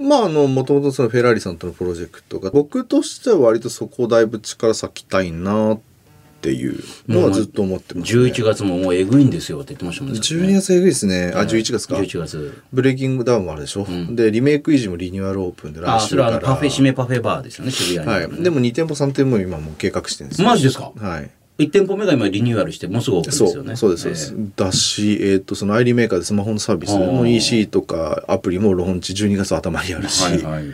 Speaker 2: まああのもともとそのフェラーリさんとのプロジェクトが僕としては割とそこをだいぶ力割きたいなっていうのはずっと思ってます、ね、
Speaker 1: 11月ももうえぐいんですよって言ってましたもんね。さっき
Speaker 2: 12
Speaker 1: ね
Speaker 2: 月えぐいですねあ11月か
Speaker 1: 11月。
Speaker 2: ブレイキングダウンもあるでしょ、でリメイク維持もリニューアルオープンで
Speaker 1: あ、
Speaker 2: 来
Speaker 1: そ
Speaker 2: 週
Speaker 1: れは
Speaker 2: か
Speaker 1: あの
Speaker 2: ら
Speaker 1: パフェ、締めパフェバーですよね、渋
Speaker 2: は
Speaker 1: 谷に。
Speaker 2: いでも2店舗3店舗今もう計画してるんですよ
Speaker 1: マジですか
Speaker 2: はい
Speaker 1: 1店舗目が今リニューアルして、もうすぐオープンですよね。
Speaker 2: そうそうです、そうですだし、えっとそのアイリーメーカーでスマホのサービス
Speaker 1: あ
Speaker 2: の
Speaker 1: ー
Speaker 2: EC とかアプリもローンチ12月頭にあるし、
Speaker 1: ええはいはい。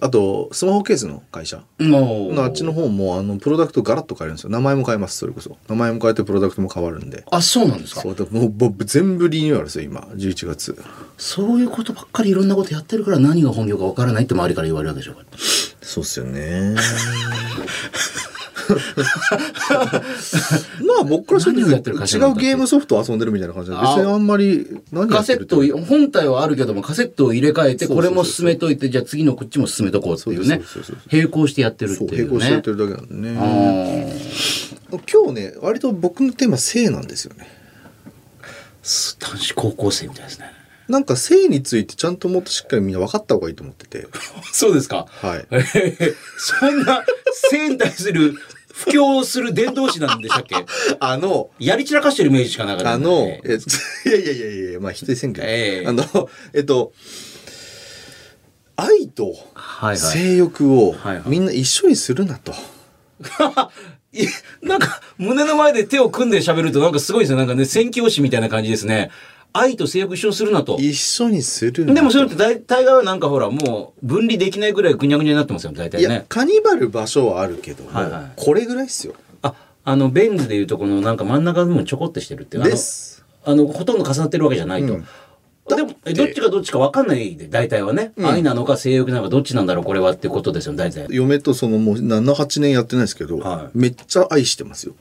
Speaker 2: あとスマホケースの会社
Speaker 1: もう。
Speaker 2: のあっちの方もあのプロダクトガラッと変えるんですよ名前も変えますそれこそ名前も変えてプロダクトも変わるんで
Speaker 1: あ、そうなんですか
Speaker 2: そうだもうもう全部リニューアルですよ今11月
Speaker 1: そういうことばっかりいろんなことやってるから何が本業かわからないって周りから言われるわけでしょ。こうやっ
Speaker 2: そうっすよね まあ僕からしてみ
Speaker 1: 何をやってる
Speaker 2: る
Speaker 1: か
Speaker 2: と
Speaker 1: 知らんかっ
Speaker 2: 違う
Speaker 1: て
Speaker 2: ゲームソフトを遊んでるみたいな感じで別にあんまり何
Speaker 1: て
Speaker 2: や
Speaker 1: カ
Speaker 2: って
Speaker 1: セッ
Speaker 2: るって
Speaker 1: トを、本体はあるけどもカセットを入れ替えて
Speaker 2: そう
Speaker 1: こ
Speaker 2: そうそう
Speaker 1: れも進めといて、じゃあ次のこっちも進めとこうっていうね
Speaker 2: そうそうそうそう。
Speaker 1: 並行してやってるって
Speaker 2: そう
Speaker 1: い
Speaker 2: 並
Speaker 1: う
Speaker 2: 行してやっ
Speaker 1: ね
Speaker 2: て。るだけなんで
Speaker 1: あ
Speaker 2: ね
Speaker 1: ー
Speaker 2: 今日ね割と僕のテーマ性なんですよね
Speaker 1: す男子高校生みたいですね。
Speaker 2: なんか性についてちゃんともっとしっかりみんな分かった方がいいと思ってて
Speaker 1: そうですか。
Speaker 2: はい
Speaker 1: えー そんな性に対する布教をする伝道師なんでしたっけ
Speaker 2: あの
Speaker 1: やり散らかしてるイメージしかなかった
Speaker 2: あ
Speaker 1: んでね。
Speaker 2: の、えいやいやいやいや、まあ否定せんけど、
Speaker 1: ええ
Speaker 2: あの、えっと、愛と
Speaker 1: はいはい。
Speaker 2: 性欲を
Speaker 1: はいはい
Speaker 2: みんな一緒にするなと。
Speaker 1: いなんか、胸の前で手を組んで喋ると、なんかすごいですね。なんかね、宣教師みたいな感じですね。愛と性欲一緒にするなと。
Speaker 2: 一緒にするなと。
Speaker 1: でもそれって大体がなんかほら、もう分離できないぐらいぐにゃぐにゃになってますよ、大
Speaker 2: い
Speaker 1: 体
Speaker 2: や
Speaker 1: ね、。
Speaker 2: カニバル場所はあるけども、
Speaker 1: はいはい
Speaker 2: これぐらいっすよ。
Speaker 1: あ、あの、ベンズでいうとこのなんか真ん中の部分ちょこってしてるっていう。あの
Speaker 2: です。
Speaker 1: あの、ほとんど重なってるわけじゃないと。
Speaker 2: うん
Speaker 1: でも、えどっちがどっちか分かんないで、大体はね。愛なのか性欲なのかどっちなんだろう、これはっていうことですよね、大体。
Speaker 2: 嫁とそのもう7、8年やってないですけど、
Speaker 1: は
Speaker 2: めっちゃ愛してますよ。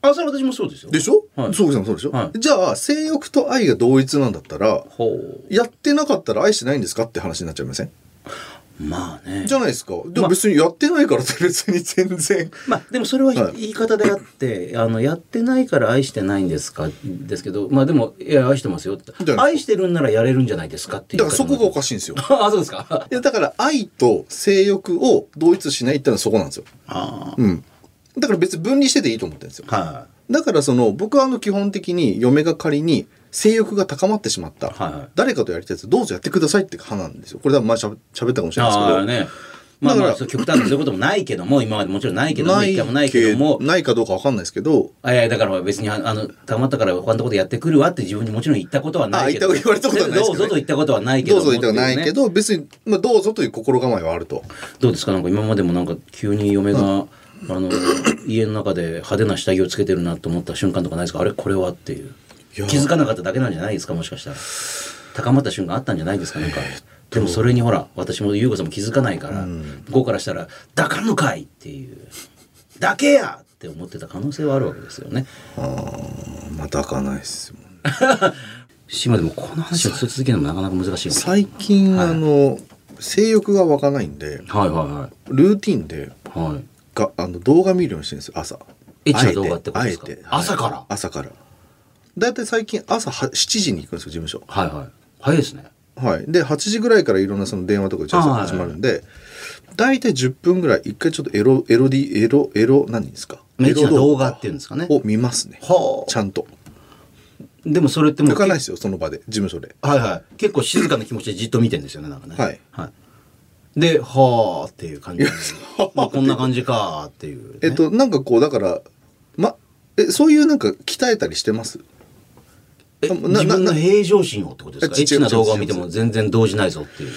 Speaker 1: あ、それ私もそうですよ。
Speaker 2: でしょ
Speaker 1: はい
Speaker 2: そうさんもそうでしょ、
Speaker 1: はい
Speaker 2: じゃあ、性欲と愛が同一なんだったら、
Speaker 1: ほう。
Speaker 2: やってなかったら愛してないんですかって話になっちゃいません
Speaker 1: まあね。
Speaker 2: じゃないですか。でも別にやってないからって別に全然。
Speaker 1: まあでもそれはひ
Speaker 2: はい
Speaker 1: 言い方であって、あのやってないから愛してないんですかですけどまあでもいや愛してますよって
Speaker 2: じゃあ
Speaker 1: 愛してるんならやれるんじゃないですかっていう
Speaker 2: だからそこがお
Speaker 1: し
Speaker 2: かしいんですよ。
Speaker 1: い あそうですか
Speaker 2: いやだから愛と性欲を同一しないってのはそこなんですよ。
Speaker 1: あ
Speaker 2: うん。だから別に分離してていいと思ってるんですよ。
Speaker 1: は
Speaker 2: だからその僕はあの基本的に嫁が仮に性欲が高まってしまった、
Speaker 1: はいはい
Speaker 2: 誰かとやりたいやつどうぞやってくださいって派なんですよ。これ多分前しゃべ喋ったかもし
Speaker 1: い
Speaker 2: れないですけ
Speaker 1: あ
Speaker 2: ど。
Speaker 1: あねまあ
Speaker 2: だ
Speaker 1: ま
Speaker 2: か
Speaker 1: あ
Speaker 2: ら
Speaker 1: そう極端なそういうこともないけども今までもちろんないけども一回もないけども
Speaker 2: ないかどうかわかんないですけど。
Speaker 1: あいやだから別にああのたまったから他のことやってくるわって自分にもちろん言ったことはないけど
Speaker 2: あ言った言われたことはないですけどね
Speaker 1: どうぞと言ったことはないけ
Speaker 2: ど
Speaker 1: ど
Speaker 2: うぞ言ってはないけ
Speaker 1: ど
Speaker 2: ど、別に、まあ、どうぞという心構えはあると。
Speaker 1: どうですかなんか今までもなんか急に嫁があの家の中で派手な下着をつけてるなと思った瞬間とかないですかあれこれはっていう気づかなかっただけなんじゃないですかもしかしたら高まった瞬間あったんじゃないですかなんか、でもそれにほら私も優子さんも気づかないから、向こうからしたら「だかんのかい!」っていう「だけや!」って思ってた可能性はあるわけですよね
Speaker 2: また開かないですもん
Speaker 1: 島でもこの話をずっと続けるのもなかなか難しいもん
Speaker 2: 最近、あの性欲が湧かないんで
Speaker 1: はいは
Speaker 2: ルーティンで
Speaker 1: いはいはい
Speaker 2: があの動画見るようにしてるんですよ朝
Speaker 1: エッチな
Speaker 2: あえ
Speaker 1: 動画ってことですか
Speaker 2: あえて
Speaker 1: 朝から
Speaker 2: 朝からだいたい最近朝は7時に行くんですよ事務所
Speaker 1: はいはい早いですね
Speaker 2: はいで8時ぐらいからいろんなその電話とか打ち合わせ始まるんで大体10分ぐらい一回ちょっとエロエロディエロエロ何ですか
Speaker 1: エッチな動
Speaker 2: エ
Speaker 1: 画
Speaker 2: ロ
Speaker 1: っていうんですかね
Speaker 2: を見ますね
Speaker 1: はあ
Speaker 2: ちゃんと
Speaker 1: でもそれっても
Speaker 2: 行
Speaker 1: う
Speaker 2: かないですよその場で事務所で
Speaker 1: はいはい。結構静かな気持ちでじっと見てんですよね、なんかね。
Speaker 2: はい
Speaker 1: いで、はあっていう感じで
Speaker 2: いやそう。
Speaker 1: まあこんな感じかーっていうね、
Speaker 2: えっとなんかこうだからまえそういうなんか鍛えたりしてます
Speaker 1: え
Speaker 2: な
Speaker 1: 自分の
Speaker 2: な
Speaker 1: 平常心をってことですかエ
Speaker 2: え違
Speaker 1: ッ
Speaker 2: う
Speaker 1: チな動画を見て
Speaker 2: 違う
Speaker 1: も全然動じないぞっていう。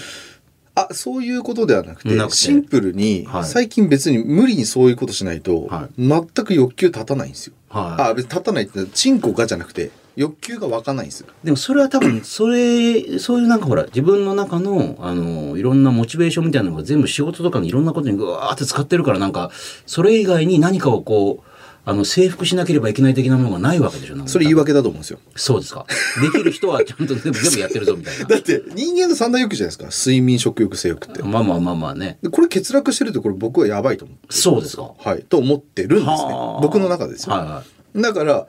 Speaker 2: あそういうことではなくて
Speaker 1: なくて
Speaker 2: シンプルに、
Speaker 1: はい
Speaker 2: 最近別に無理にそういうことしないと、
Speaker 1: はい
Speaker 2: 全く欲求立たないんですよ、
Speaker 1: はい
Speaker 2: あ別に立たないってチンコがじゃなくて欲求が湧かないんですよ
Speaker 1: でもそれは多分、それ、そういうなんかほら、自分の中の、あの、いろんなモチベーションみたいなのが全部仕事とかのいろんなことにぐわーって使ってるから、なんか、それ以外に何かをこう、あの、征服しなければいけない的なものがないわけでしょ、なんか
Speaker 2: それ言い訳だと思うんですよ
Speaker 1: そうですか。できる人はちゃんと全部、全部やってるぞみたいな。
Speaker 2: だって人間の三大欲求じゃないですか睡眠食欲性欲って
Speaker 1: まあまあまあまあね。
Speaker 2: でこれ欠落してるとこれ僕はやばいと思
Speaker 1: そうですか。は
Speaker 2: うはいと思ってるんですね
Speaker 1: はあ
Speaker 2: 僕の中でです
Speaker 1: い
Speaker 2: よ、
Speaker 1: はい。
Speaker 2: だから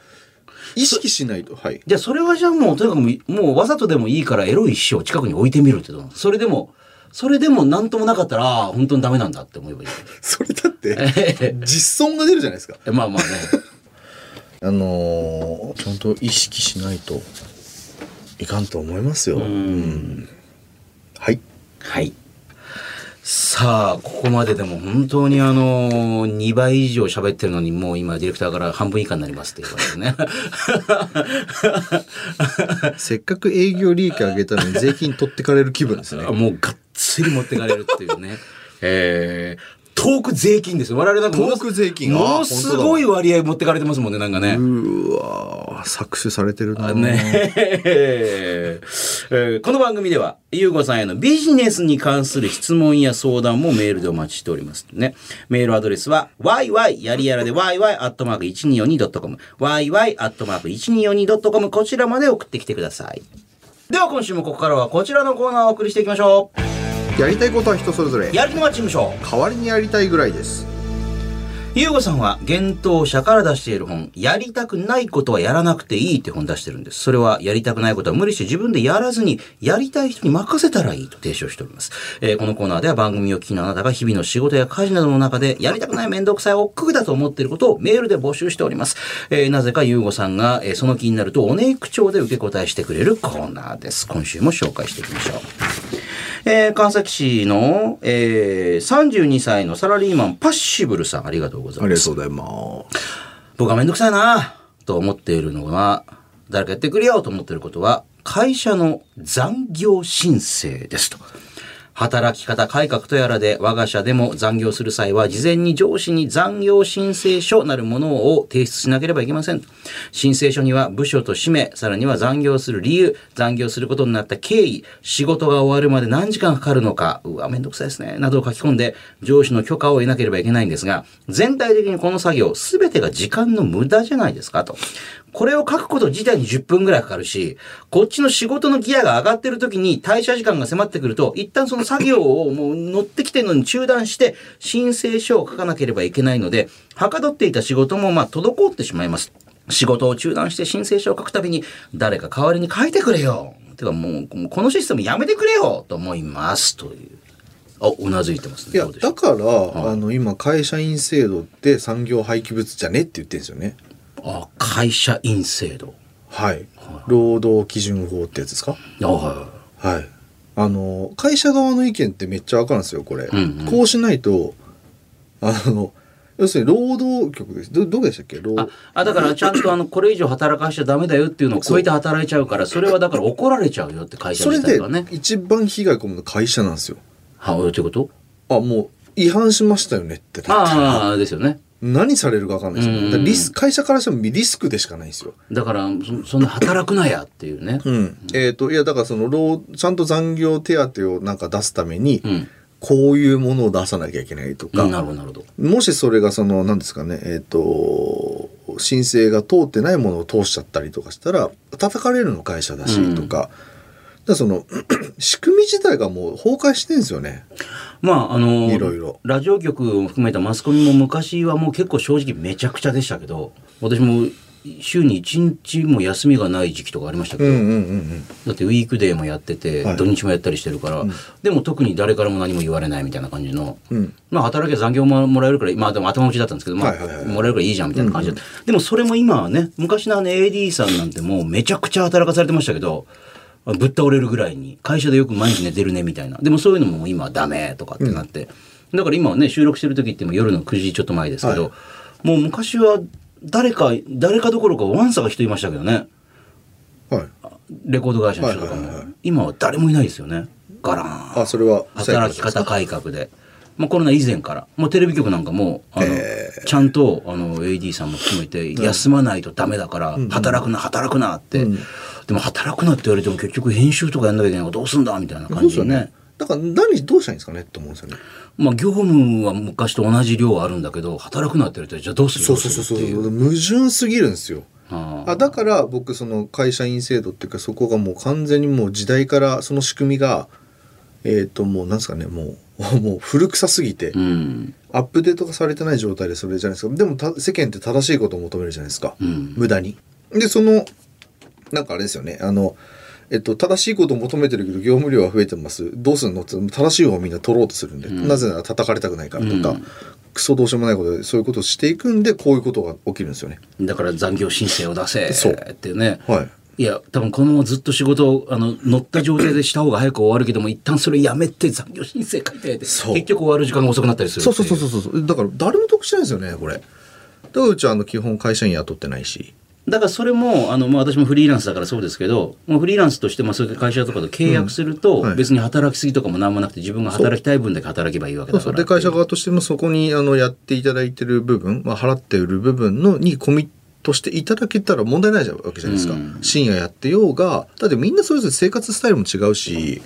Speaker 2: 意識しないとはい
Speaker 1: じゃあそれはじゃあもうとにかくもうわざとでもいいからエロい石を近くに置いてみるってどうなのそれでも、それでも何ともなかったら、ああ本当にダメなんだって思えばいい。
Speaker 2: それだって実損が出るじゃないですか
Speaker 1: えまあ まあね。
Speaker 2: あのーちゃんと意識しないといかんと思いますよ。うんはい。
Speaker 1: はい。さあ、ここまででも本当にあのー、2倍以上喋ってるのに、もう今ディレクターから半分以下になりますって言われてね。
Speaker 2: せっかく営業利益上げたの に税金取ってかれる気分ですね。
Speaker 1: もうがっつり持ってかれるっていう ね。えー、遠く税金ですよ。我々なんかものす
Speaker 2: 遠く税金
Speaker 1: も
Speaker 2: あ
Speaker 1: のすごい割合持ってかれてますもんね、なんかね。
Speaker 2: うわー搾取されてる な。
Speaker 1: ねえーこの番組では、ゆうごさんへのビジネスに関する質問や相談もメールでお待ちしておりますね。メールアドレスは、yy、やりやらで yy.1242.com、yy.1242.com、こちらまで送ってきてください。では今週もここからはこちらのコーナーをお送りしていきましょ
Speaker 2: やりたいことは人それぞれ
Speaker 1: う。。やる気のマッチングショー。
Speaker 2: 代わりにやりたいぐらいです。
Speaker 1: ゆうごさんは、幻冬者から出している本、やりたくないことはやらなくていいって本出してるんです。それは、やりたくないことは無理して自分でやらずに、やりたい人に任せたらいいと提唱しております。えーこのコーナーでは番組を聞きのあなたが日々の仕事や家事などの中で、やりたくない面倒くさい億劫だと思っていることをメールで募集しております。えーなぜかゆうごさんが、えーその気になると、おねい口調で受け答えしてくれるコーナーです。今週も紹介していきましょう。えー川崎市の、えー32歳のサラリーマンパッシブルさんありがとうございます。
Speaker 2: とうございます。
Speaker 1: 僕はめんどくさいなと思っているのは誰かやってくれよと思っていることは会社の残業申請ですと。働き方改革とやらで我が社でも残業する際は事前に上司に残業申請書なるものを提出しなければいけませんと。申請書には部署と氏名、さらには残業する理由、残業することになった経緯、仕事が終わるまで何時間かかるのか、うわ、めんどくさいですね、などを書き込んで上司の許可を得なければいけないんですが、全体的にこの作業、すべてが時間の無駄じゃないですかと。これを書くこと自体に10分ぐらいかかるし、こっちの仕事のギアが上がってる時に退社時間が迫ってくると、一旦その作業をもう乗ってきてるのに中断して、申請書を書かなければいけないので、はかどっていた仕事もまあ滞ってしまいます。仕事を中断して申請書を書くたびに、誰か代わりに書いてくれよてかもう、もうこのシステムやめてくれよと思います。という。あ、うなずいてますね。
Speaker 2: いや
Speaker 1: どうでしょ
Speaker 2: だ
Speaker 1: う
Speaker 2: から、あの今会社員制度って産業廃棄物じゃねって言ってるんですよね。
Speaker 1: あ、会社員制度。
Speaker 2: はい。労働基準法ってやつですか。
Speaker 1: あ、は
Speaker 2: はい、あの会社側の意見ってめっちゃ分かるんですよこれ、
Speaker 1: んうん
Speaker 2: こうしないとあの要するに労働局ですどどこでしたっけ労
Speaker 1: い。あ、あだからちゃんとあの、これ以上働かしちゃダメだよっていうのを超えて働いちゃうから、それはだから怒られちゃうよって会社
Speaker 2: それ
Speaker 1: 自体
Speaker 2: で
Speaker 1: がね。
Speaker 2: 一番被害込むの会社なんですよ
Speaker 1: は、おいということ
Speaker 2: あもう違反しましたよねってなったら
Speaker 1: ああ、ですよね。
Speaker 2: 何されるか分かんないですよ、
Speaker 1: うんうん
Speaker 2: ね。だからリス会社からしてもリスクでしかないですよ。
Speaker 1: だからそそんな働くなやっていうね、
Speaker 2: うん、えっ、といやだからその労ちゃんと残業手当をなんか出すために、
Speaker 1: うん
Speaker 2: こういうものを出さなきゃいけないとか、
Speaker 1: うんなるほどなるほど
Speaker 2: もしそれがその何ですかねえっ、と申請が通ってないものを通しちゃったりとかしたら叩かれるの会社だしとか。だからその 仕組み自体がもう崩壊してんですよね。
Speaker 1: まああの
Speaker 2: いろいろ
Speaker 1: ラジオ局を含めたマスコミも昔はもう結構正直めちゃくちゃでしたけど私も週に1日も休みがない時期とかありましたけど、
Speaker 2: うんうんうん
Speaker 1: だってウィークデーもやってて、
Speaker 2: はい
Speaker 1: 土日もやったりしてるから、でも特に誰からも何も言われないみたいな感じの、
Speaker 2: うん
Speaker 1: まあ働きゃ残業ももらえるからまあでも頭打ちだったんですけど、まあ
Speaker 2: はいはいはい
Speaker 1: もらえるからいいじゃんみたいな感じで、でもそれも今はね昔のあの AD さんなんてもうめちゃくちゃ働かされてましたけどあぶっ倒れるぐらいに会社でよく毎日寝てるねみたいなでもそういうのも今はダメとかってなって、だから今はね収録してる時ってもう夜の9時ちょっと前ですけど、
Speaker 2: は
Speaker 1: もう昔は誰か誰かどころかワンサが人いましたけどね。
Speaker 2: うん。はい。
Speaker 1: レコード会社の人とか
Speaker 2: はいはいはいは
Speaker 1: も今は誰もいないですよねガラーン
Speaker 2: あそれは
Speaker 1: 働き方改革で、まあ、コロナ以前からもうテレビ局なんかもあの
Speaker 2: へ
Speaker 1: ちゃんとあの AD さんも含めて休まないとダメだから働くな働くなって、でも働くなって言われても結局編集とかやんなきゃいけないからどうすんだみたいな
Speaker 2: そう
Speaker 1: 感
Speaker 2: です
Speaker 1: じで
Speaker 2: よ
Speaker 1: ね
Speaker 2: ね。だから何どうしたらいいんですかねって思うんですよね。
Speaker 1: まあ業務は昔と同じ量はあるんだけど働くなって言われてじゃあどうするど
Speaker 2: そう
Speaker 1: うす
Speaker 2: そう
Speaker 1: るっ
Speaker 2: そうそ
Speaker 1: て
Speaker 2: う
Speaker 1: いう
Speaker 2: 矛盾すぎるんですよ。
Speaker 1: あー
Speaker 2: あだから僕その会社員制度っていうかそこがもう完全にもう時代からその仕組みがえっ、ともうなんですかねもう もう古臭すぎて、
Speaker 1: うん
Speaker 2: アップデートがされてない状態でそれじゃないですかでもた世間って正しいことを求めるじゃないですか、
Speaker 1: うん
Speaker 2: 無駄に。でそのなんかあれですよねあのえっと、正しいことを求めてるけど業務量は増えてますどうすんのって正しい方をみんな取ろうとするんで、なぜなら叩かれたくないからとか、
Speaker 1: うん
Speaker 2: クソどうしようもないことでそういうことをしていくんでこういうことが起きるんですよね。
Speaker 1: だから残業申請を出せ
Speaker 2: そう
Speaker 1: ってね、
Speaker 2: はい、
Speaker 1: いや多分このままずっと仕事をあの乗った状態でした方が早く終わるけども一旦それやめて残業申請書いてって結
Speaker 2: そう
Speaker 1: 局終わる時間が遅くなったりするって
Speaker 2: そ
Speaker 1: いう
Speaker 2: そうそうそうそうだから誰も得してないですよねこれだからうちはあの基本会社員雇ってないし
Speaker 1: だからそれもあの、まあ、私もフリーランスだからそうですけどもうフリーランスとして、まあ、そういう会社とかと契約すると、
Speaker 2: はい
Speaker 1: 別に働きすぎとかも何もなくて自分が働きたい分だけ働けばいいわけ
Speaker 2: そう
Speaker 1: だか
Speaker 2: そう
Speaker 1: ら
Speaker 2: で会社側としてもそこにあのやっていただいてる部分、まあ、払っている部分のにコミットしていただけたら問題ないじゃんわけじゃないですか、
Speaker 1: うん
Speaker 2: 深夜やってようがだってみんなそれぞれ生活スタイルも違うし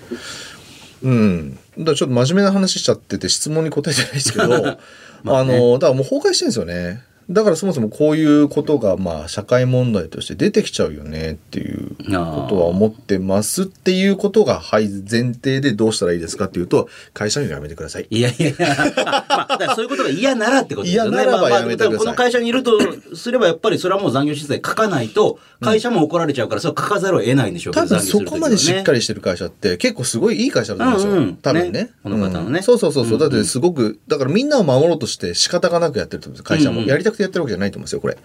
Speaker 2: うんだからちょっと真面目な話しちゃってて質問に答えてないですけ どあのだからもう崩壊してるんですよねだからそもそもこういうことがまあ社会問題として出てきちゃうよねっていうことは思ってますっていうことが、はい、前提でどうしたらいいですかっていうと、会社員を辞めてください。
Speaker 1: いやいやいや、 まあ、だからそういうことが嫌ならってことですよね。
Speaker 2: 嫌ならば
Speaker 1: まあまあ
Speaker 2: やめてください
Speaker 1: この会社にいるとすれば、やっぱりそれはもう残業申請書かないと、会社も怒られちゃうから、それは書かざるを得ないんでしょうけど、
Speaker 2: 多分そこまでしっか
Speaker 1: り。
Speaker 2: りしてる会社って結構すごいいい会社だと思うんですよ。
Speaker 1: うんうん
Speaker 2: 多分ね
Speaker 1: ねこの方のね
Speaker 2: うんそうそうそうそう。だってすごく、だからみんなを守ろうとして仕方がなくやってると思うんですよ。会社も。
Speaker 1: うんうん
Speaker 2: やりたくてやってるわけじゃないと思うんですよ、これ。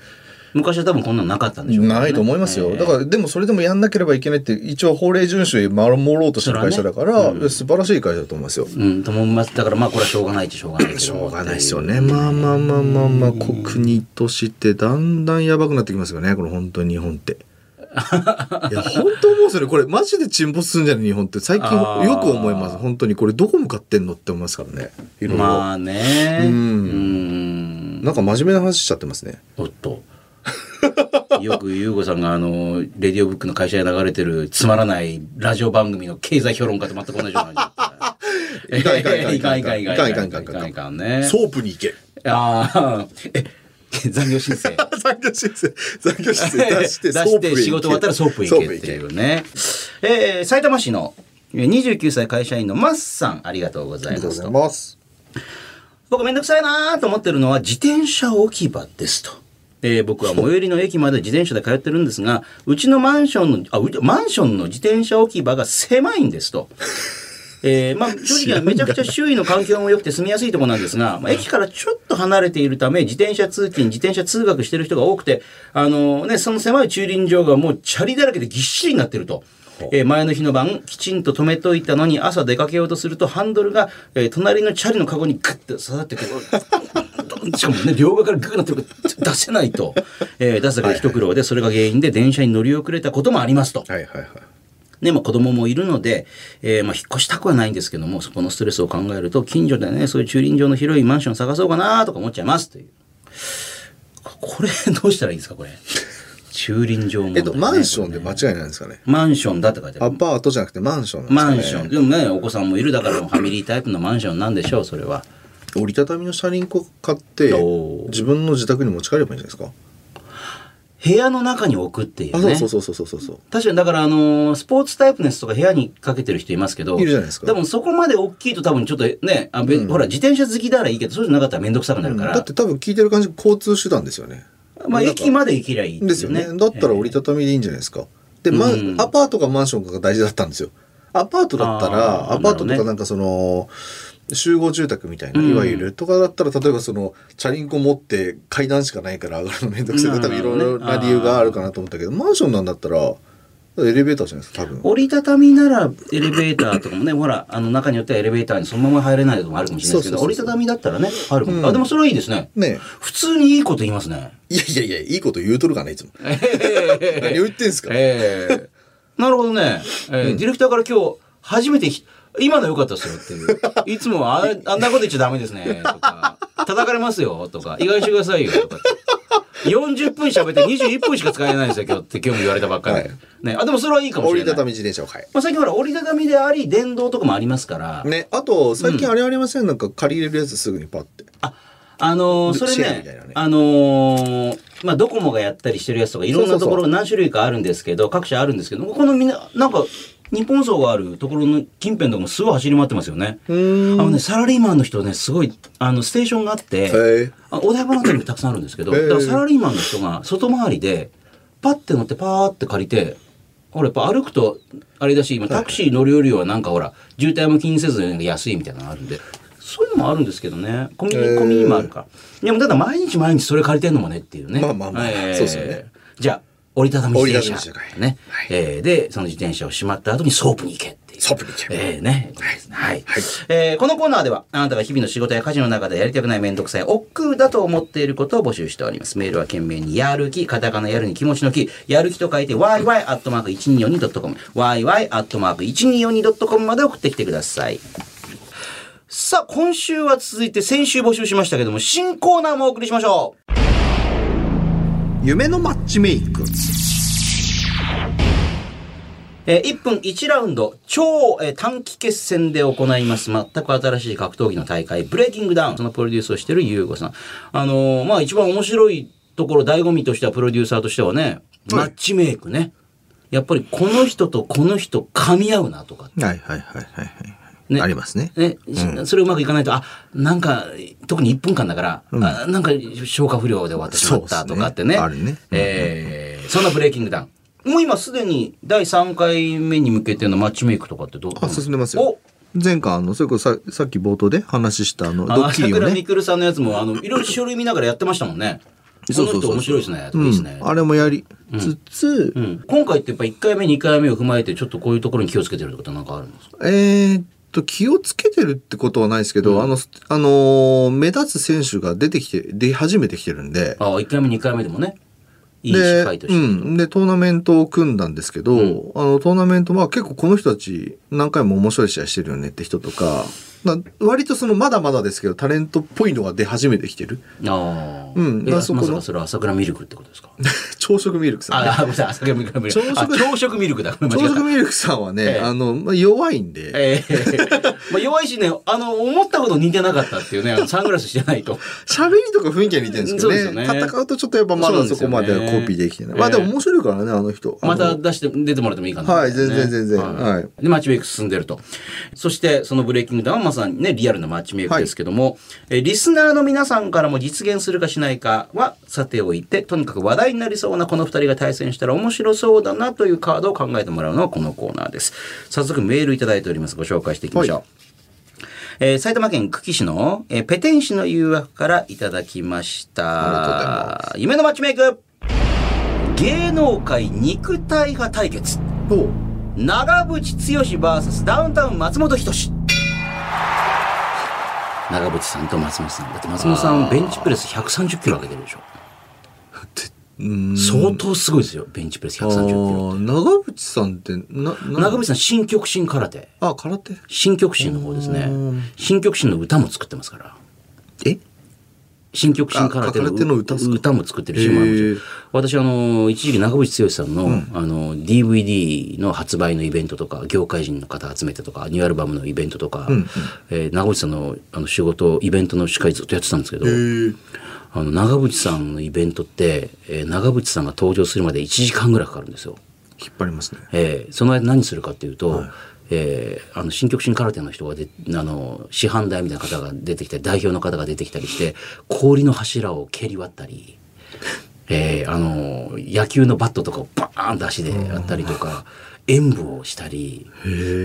Speaker 1: 昔は多分こんなのなかったんでしょうね
Speaker 2: ないと思いますよ。だから、でもそれでもやんなければいけないって、一応法令遵守で守ろうとしてる会社だから、素晴らしい会社だと思いますよ。
Speaker 1: うん、と思います。だからまあこれはしょうがないっちゃしょうがないけど。
Speaker 2: しょうがないですよね。まあまあまあまあまあ、国としてだんだんやばくなってきますよね。この本当に日 本って。いや、本当思うんですよね。これマジで沈没するんじゃない日本って。最近
Speaker 1: あー
Speaker 2: よく思います。本当にこれどこ向かってんのって思いますからね。いろいろ。
Speaker 1: まあね。
Speaker 2: うん
Speaker 1: うん
Speaker 2: なんか真面目な話しちゃってますね。
Speaker 1: おっと。 よく優子さんがあのレディオブックの会社で流れてるつまらないラジオ番組の経済評論家と全く同じような感じ。
Speaker 2: いかんいかんいかんいかん
Speaker 1: い
Speaker 2: い
Speaker 1: か
Speaker 2: か
Speaker 1: ん
Speaker 2: ん
Speaker 1: いか
Speaker 2: いか
Speaker 1: んい
Speaker 2: んい
Speaker 1: か
Speaker 2: か
Speaker 1: ん
Speaker 2: ん
Speaker 1: い
Speaker 2: い
Speaker 1: か
Speaker 2: か
Speaker 1: ん
Speaker 2: ん
Speaker 1: いかんいかんいかん
Speaker 2: いかんいかん
Speaker 1: ね。
Speaker 2: ソープに行け。
Speaker 1: ああ、え、残業申請。
Speaker 2: 残業申請、残業申請出して、
Speaker 1: 出
Speaker 2: ソ
Speaker 1: し
Speaker 2: ープへ
Speaker 1: て
Speaker 2: 行け
Speaker 1: 仕事終わったらソープへ行けっていうね。えー、埼玉市のえー29歳会社員のマッさん、ありがとうござ
Speaker 2: あ
Speaker 1: い
Speaker 2: りがと
Speaker 1: ま
Speaker 2: うご
Speaker 1: す
Speaker 2: ざ
Speaker 1: と
Speaker 2: い。ます。
Speaker 1: 僕めんどくさいなーと思ってるのは自転車置き場ですと。えー僕は最寄りの駅まで自転車で通ってるんですが、うちのマンションの、あ、うマンションの自転車置き場が狭いんですと。えーまあ正直はめちゃくちゃ周囲の環境も良くて住みやすいところなんですが、まあ、駅からちょっと離れているため自転車通勤自転車通学してる人が多くて、あのね、その狭い駐輪場がもうチャリだらけでぎっしりになってると。えー前の日の晩きちんと止めといたのに朝出かけようとするとハンドルが、えー隣のチャリのカゴにグッと刺さってくるしかもね両側からグッとなってるから出せないと、えー出すだけで一苦労でそれが原因で電車に乗り遅れたこともありますと。
Speaker 2: はいはいはい。
Speaker 1: ね、まあ、子供もいるので、えーまあ、引っ越したくはないんですけども、そこのストレスを考えると、近所でね、そういう駐輪場の広いマンション探そうかなとか思っちゃいますという。これどうしたらいいんですかこれ駐輪場問題ね
Speaker 2: えっと、マンションで間違いないんですかね。
Speaker 1: マンションだって書いてあ
Speaker 2: ア
Speaker 1: る
Speaker 2: パートじゃなくてマンションな
Speaker 1: マ
Speaker 2: ん
Speaker 1: ン
Speaker 2: です
Speaker 1: シ
Speaker 2: かね。
Speaker 1: ョンでもねお子さんもいるだからファミリータイプのマンションなんでしょうそれは
Speaker 2: 折りたたみの車輪を買って
Speaker 1: おー
Speaker 2: 自分の自宅に持ち帰ればいいんじゃないですか。
Speaker 1: 部屋の中に置くっていう
Speaker 2: あ、
Speaker 1: ね
Speaker 2: そうそうそうそうそうそう。
Speaker 1: 確かにだからあのースポーツタイプのやつとか部屋にかけてる人いますけど
Speaker 2: いるじゃないですか
Speaker 1: 多分そこまで大きいと多分ちょっとねあ、べほら自転車好きならいいけどそうじゃなかったら面倒くさくなるから、
Speaker 2: だって多分聞いてる感じ交通手段ですよね。
Speaker 1: まあ
Speaker 2: なんか
Speaker 1: 駅まで行きりゃいいっていう
Speaker 2: ですよね。だったら折りたたみでいいんじゃないですか。で、ま
Speaker 1: うん
Speaker 2: アパートかマンションかが大事だったんですよ。アパートだったら、
Speaker 1: あー
Speaker 2: アパートと
Speaker 1: なるほどね
Speaker 2: かなんかその、集合住宅みたいな、
Speaker 1: うん
Speaker 2: いわゆる、とかだったら、例えばその、チャリンコ持って階段しかないから上がるのめんどくさいとか、多分いろいろな理由があるかなと思ったけど、マンションなんだったら、エレベーターじゃないですか、多分。
Speaker 1: 折りたたみならエレベーターとかもね、ほら、あの中によってはエレベーターにそのまま入れないとかもあるかもしれないですけど、
Speaker 2: そうそうそう
Speaker 1: 折りたたみだったらね、あるもん、
Speaker 2: うん
Speaker 1: あ、でもそれはいいですね。
Speaker 2: ね
Speaker 1: 普通にいいこと言いますね。
Speaker 2: えいやいやいや、いいこと言うとるか ね、いつも。
Speaker 1: え
Speaker 2: 何を言ってんすか。
Speaker 1: え なるほどね、えーディレクターから今日初めてひ今の良かったですよっていう。 いつもああんなこと言っちゃダメですねとか、叩かれますよとか、意外にしてくださいよとかって。40分喋って21分しか使えないんですよ今日って今日も言われたばっかりで、
Speaker 2: はい
Speaker 1: ね、あでもそれはいいかもしれ
Speaker 2: 折
Speaker 1: ない
Speaker 2: りたたみ自転車を買え。
Speaker 1: まあ、最近ほら折りたたみであり電動とかもありますから、
Speaker 2: ね、あと、最近あれありません、なんか借りれるやつすぐにパッて。
Speaker 1: ああのーそれ
Speaker 2: シェア
Speaker 1: ね
Speaker 2: みたいなね
Speaker 1: あのーまあドコモがやったりしてるやつとかいろんな
Speaker 2: そうそう
Speaker 1: と
Speaker 2: そう
Speaker 1: ころ何種類かあるんですけど各社あるんですけどここのみんななんか日本層があるところの近辺とかもすごい走り回ってますよね。あ
Speaker 2: うん。
Speaker 1: のね、サラリーマンの人ねすごいあのステーションがあって、
Speaker 2: へえ
Speaker 1: あお台場の辺りもたくさんあるんですけど、
Speaker 2: へえ
Speaker 1: だからサラリーマンの人が外回りでパッて乗ってパーって借りてほらやっぱ歩くとあれだし今タクシー乗るよりはなんかほら渋滞も気にせず安いみたいなのがあるんでそういうのもあるんですけどねコンビニ、
Speaker 2: へえ
Speaker 1: コンビニもあるからでもただ毎日毎日それ借りてんのもねっていうね
Speaker 2: まあまあまあそうですよね
Speaker 1: じゃあ折りたたみ自転車
Speaker 2: 折りたたみ自転車
Speaker 1: ね、
Speaker 2: はい
Speaker 1: えーでその自転車をしまった後にソープに行けっていう
Speaker 2: サプリケン。
Speaker 1: ええね。はい。えーこのコーナーでは、あなたが日々の仕事や家事の中でやりたくないめんどくさい、億劫だと思っていることを募集しております。メールは懸命に、やる気、カタカナやるに気持ちの気、やる気と書いて、yy.1242.com、yy.1242.com まで送ってきてください。さあ、今週は続いて、先週募集しましたけども、新コーナーもお送りしましょう。
Speaker 2: 夢のマッチメイク。
Speaker 1: えー1分1ラウンド超、えー短期決戦で行います全く新しい格闘技の大会ブレイキングダウンそのプロデュースをしている優吾さんあのーまあ一番面白いところ醍醐味としてはプロデューサーとしてはねマッチメイクね、やっぱりこの人とこの人噛み合うなとか
Speaker 2: はいはいはいはいはい。
Speaker 1: ね
Speaker 2: ありますね。
Speaker 1: ね、それうまくいかないとあなんか特に1分間だから、あなんか消化不良で終わってしまったとかってね
Speaker 2: そうっすねあるね
Speaker 1: えーそんなブレイキングダウンもう今すでに第3回目に向けてのマッチメイクとかってどう
Speaker 2: あ、進んでますよ。前回、あの、それこそささっき冒頭で話したあの、
Speaker 1: お
Speaker 2: ド
Speaker 1: あの
Speaker 2: ッキ
Speaker 1: 朝
Speaker 2: リを
Speaker 1: 倉
Speaker 2: ね
Speaker 1: 未。来さんのやつもあのいろいろ書類見ながらやってましたもんねこの人面白いですねとかい
Speaker 2: う
Speaker 1: いです
Speaker 2: ん
Speaker 1: ね、
Speaker 2: あれもやりつつ、
Speaker 1: うん今回ってやっぱ1回目2回目を踏まえてちょっとこういうところに気をつけてるってことなんかあるんですか
Speaker 2: えーっと、気をつけてるってことはないですけど、あの、あのー目立つ選手が出てきて、出始めてきてるんで、
Speaker 1: あ1回目2回目でもねいい
Speaker 2: で、
Speaker 1: 失敗として、
Speaker 2: うん。で、トーナメントを組んだんですけど、あの、トーナメントは結構この人たち何回も面白い試合してるよねって人とか、な割とそのまだまだですけど、タレントっぽいのが出始めてきてる。
Speaker 1: ああ、
Speaker 2: うん
Speaker 1: え
Speaker 2: だからそこ
Speaker 1: まさ
Speaker 2: の
Speaker 1: かそれは朝倉ミルクってことですか。
Speaker 2: 朝食ミルクさんね、
Speaker 1: あ、あごめんなさい、朝倉ミルク。朝
Speaker 2: 朝食
Speaker 1: 朝食ミルクだ。ごめん間
Speaker 2: 朝
Speaker 1: 違え
Speaker 2: 食
Speaker 1: た。
Speaker 2: ミルクさんはね、
Speaker 1: ええ
Speaker 2: あの、まあ、弱いんで、
Speaker 1: ええ まあ弱いしね、あの、思ったほど似てなかったっていうね、あのサングラスしてないと。
Speaker 2: 喋りとか雰囲気は似てるんですけ
Speaker 1: そう
Speaker 2: ど
Speaker 1: ですよ
Speaker 2: ね
Speaker 1: ね
Speaker 2: 戦うとちょっとやっぱまだそこまでは
Speaker 1: そうなんですよね
Speaker 2: コピーできてない。
Speaker 1: ええ
Speaker 2: まあでも面白いからね、あの人。あの
Speaker 1: また出して、出てもらってもいいかな、
Speaker 2: はい全然全然はい
Speaker 1: で、マッチメイク進んでると。そして、そのブレイキングダウンはまさにね、リアルなマッチメイクですけども、えリスナーの皆さんからも実現するかしないかはさておいて、とにかく話題になりそうなこの二人が対戦したら面白そうだなというカードを考えてもらうのはこのコーナーです。早速メールいただいております。ご紹介していきましょう。
Speaker 2: は
Speaker 1: えー埼玉県久喜市の、えーペテン市の誘惑からいただきました。
Speaker 2: ありがとうございます
Speaker 1: 夢のマッチメイク芸能界肉体派対決
Speaker 2: お
Speaker 1: 長渕剛 VS ダウンタウン松本人志長渕さんと松本さんだって松本さんベンチプレス130キロ上げてるでしょ
Speaker 2: うん
Speaker 1: 相当すごいですよベンチプレス
Speaker 2: あ
Speaker 1: 130キロ
Speaker 2: ー長渕さんって、な、な
Speaker 1: 長渕さん新極真空手
Speaker 2: あ、空手。
Speaker 1: 新極真の方ですね
Speaker 2: うん
Speaker 1: 新極真の歌も作ってますから
Speaker 2: え
Speaker 1: 新曲新空手
Speaker 2: あ
Speaker 1: の
Speaker 2: 空手の歌っすか
Speaker 1: 歌も作ってるしもあるんですよ
Speaker 2: へ
Speaker 1: 私あの一時期長渕剛さんの,、あの DVD の発売のイベントとか業界人の方集めてとかニューアルバムのイベントとか、えー長渕さんのあの仕事イベントの司会ずっとやってたんですけど、
Speaker 2: ー
Speaker 1: あの長渕さんのイベントって、えー長渕さんが登場するまで1時間ぐらいかかるんですよ。
Speaker 2: 引っ張りますね。
Speaker 1: えーその間何するかっていうと、えーあの新極真空手の人がであの師範代みたいな方が出てきたり代表の方が出てきたりして氷の柱を蹴り割ったり、えーあの野球のバットとかをバーンと足でやったりとか。演舞をしたり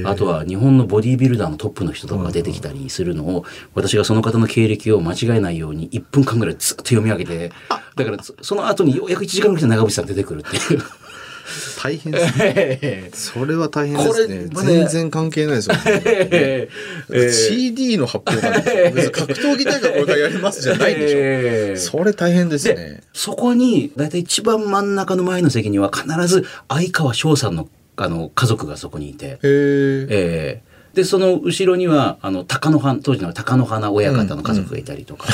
Speaker 1: あとは日本のボディービルダーのトップの人とかが出てきたりするのを私がその方の経歴を間違えないように1分間ぐらいずっと読み上げてだからそその後にようやく1時間ぐらいで長渕さん出てくるっていう。
Speaker 2: 大変ですね。それは大変ですね。
Speaker 1: これね
Speaker 2: 全然関係ないですよ、
Speaker 1: えー
Speaker 2: CD の発表会で別に格闘技大会これからやりますじゃないでしょ。
Speaker 1: えー
Speaker 2: それ大変ですね。
Speaker 1: そこに、だいたい一番真ん中の前の席には必ず相川翔さんのあの家族がそこにいて、
Speaker 2: へー
Speaker 1: えーで、その後ろには、あの、高野花、当時の高野花親方の家族がいたりと か、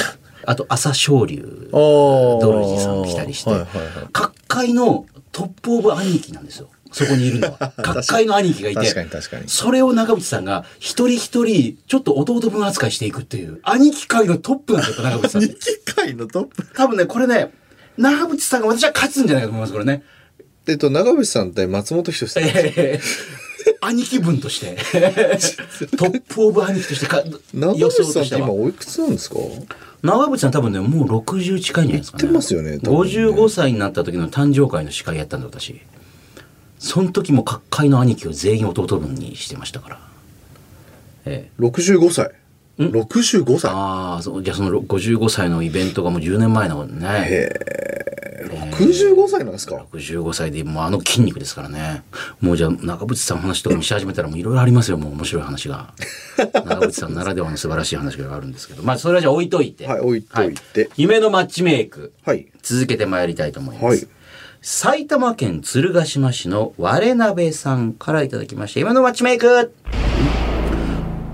Speaker 1: あと朝青龍、
Speaker 2: あー
Speaker 1: ドルジさん来たりして、
Speaker 2: はいはいはい
Speaker 1: 各界のトップオブ兄貴なんですよ。そこにいる のは。各界の兄貴がいて。
Speaker 2: 確かに確かに
Speaker 1: それを長渕さんが一人一人ちょっと弟分扱いしていくっていう、兄貴界のトップなんだよ、長渕さんって。
Speaker 2: 機械のトップ。
Speaker 1: 多分ね、これね、長渕さんが私は勝つんじゃないかと思います、これ ね。
Speaker 2: えっと、長渕さんって松本人志さん。
Speaker 1: えー兄貴分と して、トップオブ兄貴としてか、
Speaker 2: 長
Speaker 1: 予
Speaker 2: 渕
Speaker 1: 想
Speaker 2: さん
Speaker 1: と
Speaker 2: っ
Speaker 1: してては
Speaker 2: 今。おいくつなんですか
Speaker 1: 長渕さん多分ね、もう60近いんじゃないですかね。
Speaker 2: 言ってますよね多分ね
Speaker 1: 55歳になった時の誕生会の司会やったんだ、私。その時も各界の兄貴を全員弟分にしてましたから。ええ
Speaker 2: ?65 歳。65歳。
Speaker 1: ああ、そうじゃあその55歳のイベントがもう10年前なのね。
Speaker 2: 65歳なんですか
Speaker 1: 65歳でもうあの筋肉ですからねもうじゃあ長渕さんの話とかもし始めたらもういろいろありますよもう面白い話 が長渕さんならではの素晴らしい話があるんですけどまあそれはじゃあ置いといて
Speaker 2: はい置いといて
Speaker 1: は夢のマッチメイク
Speaker 2: はい。
Speaker 1: 続けてまいりたいと思います、
Speaker 2: はい
Speaker 1: 埼玉県鶴ヶ島市の我鍋さんからいただきまして夢のマッチメイク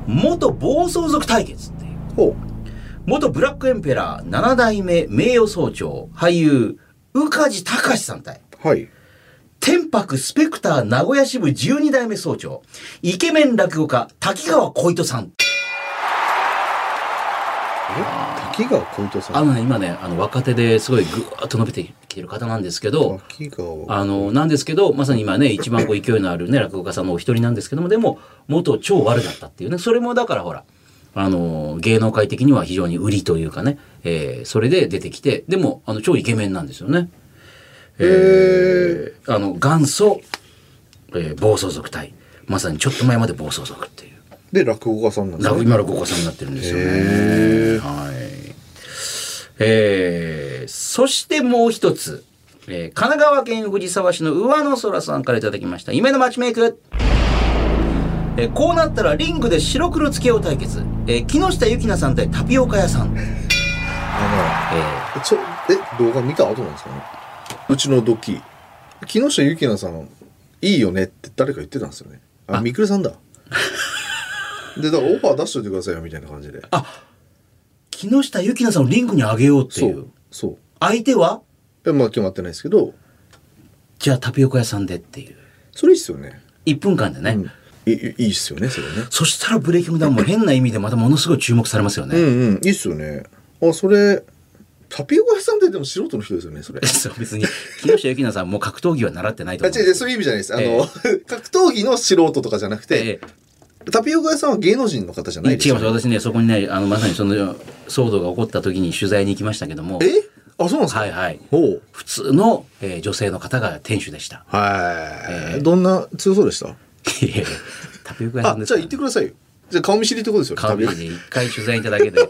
Speaker 1: 元暴走族対決っていう
Speaker 2: ほう。
Speaker 1: 元ブラックエンペラー7代目名誉総長俳優宇梶隆史さん対
Speaker 2: はい。
Speaker 1: 天白スペクター名古屋支部12代目総長、イケメン落語家、滝川小糸さん。
Speaker 2: え滝川小糸さ
Speaker 1: あ
Speaker 2: ん。
Speaker 1: のね、今ね、あの、若手ですごいぐーっと伸びてきてる方なんですけど、
Speaker 2: 滝川。
Speaker 1: あの、なんですけど、まさに今ね、一番こう勢いのあるね、落語家さんのお一人なんですけども、でも、元超悪だったっていうね、それもだからほら、あの、芸能界的には非常に売りというかね、えーそれで出てきて、でも、あの、超イケメンなんですよね。えーあの、元祖、えー暴走族隊。まさにちょっと前まで暴走族っていう。
Speaker 2: で、落語家さんなんです
Speaker 1: ラブ
Speaker 2: ね。
Speaker 1: 今のご子さんになってるんですよね。はい。えー、そしてもう一つ、えー神奈川県藤沢市の上野空さんからいただきました。夢のマッチメイク。えーこうなったらリングで白黒付けよう対決。えー木下ゆきなさん対タピオカ屋さん。え
Speaker 2: あ
Speaker 1: ー
Speaker 2: の、ちょ、え、動画見た後なんですかねうちのドッキリ。木下ゆきなさん、いいよねって誰か言ってたんですよね。あ、みくるさ んだ。で、だからオファー出しといてくださいよみたいな感じで。
Speaker 1: 木下ゆきなさんをリングに上げようって
Speaker 2: そ
Speaker 1: いうう。。
Speaker 2: そう。
Speaker 1: 相手は
Speaker 2: えまあ決まってないですけど、
Speaker 1: じゃあタピオカ屋さんでっていう。
Speaker 2: それいいっすよね。
Speaker 1: 1分間でね。
Speaker 2: うんいいいいっすよね、それね。
Speaker 1: そしたらブレイキングダウンも変な意味でまたものすごい注目されますよね。。
Speaker 2: うんうん、いいっすよね。あ、それ、タピオカ屋さんってでも素人の人ですよね、そ れ
Speaker 1: そう別に木下ゆきなさんも格闘技は習ってないと
Speaker 2: あ、違
Speaker 1: 思
Speaker 2: う
Speaker 1: う。
Speaker 2: 違う、そういう意味じゃないです。あの、格闘技の素人とかじゃなくて、
Speaker 1: ええ
Speaker 2: タピオカ屋さんは芸能人の方じゃないです
Speaker 1: 違い
Speaker 2: よ
Speaker 1: ます
Speaker 2: ね。
Speaker 1: 私ねそこにねあのまさにその騒動が起こった時に取材に行きましたけども
Speaker 2: えあ、そうなんですか
Speaker 1: はいはい
Speaker 2: ほう。
Speaker 1: 普通の、えー女性の方が店主でした
Speaker 2: はい、どんな強そうでした
Speaker 1: いえタピオカ屋さ
Speaker 2: あ
Speaker 1: ん、です
Speaker 2: じゃあ行ってくださいよ。じゃあ顔見知りってことですよね、
Speaker 1: カー
Speaker 2: タピ
Speaker 1: ビ
Speaker 2: オカ
Speaker 1: ィに一回取材いただけで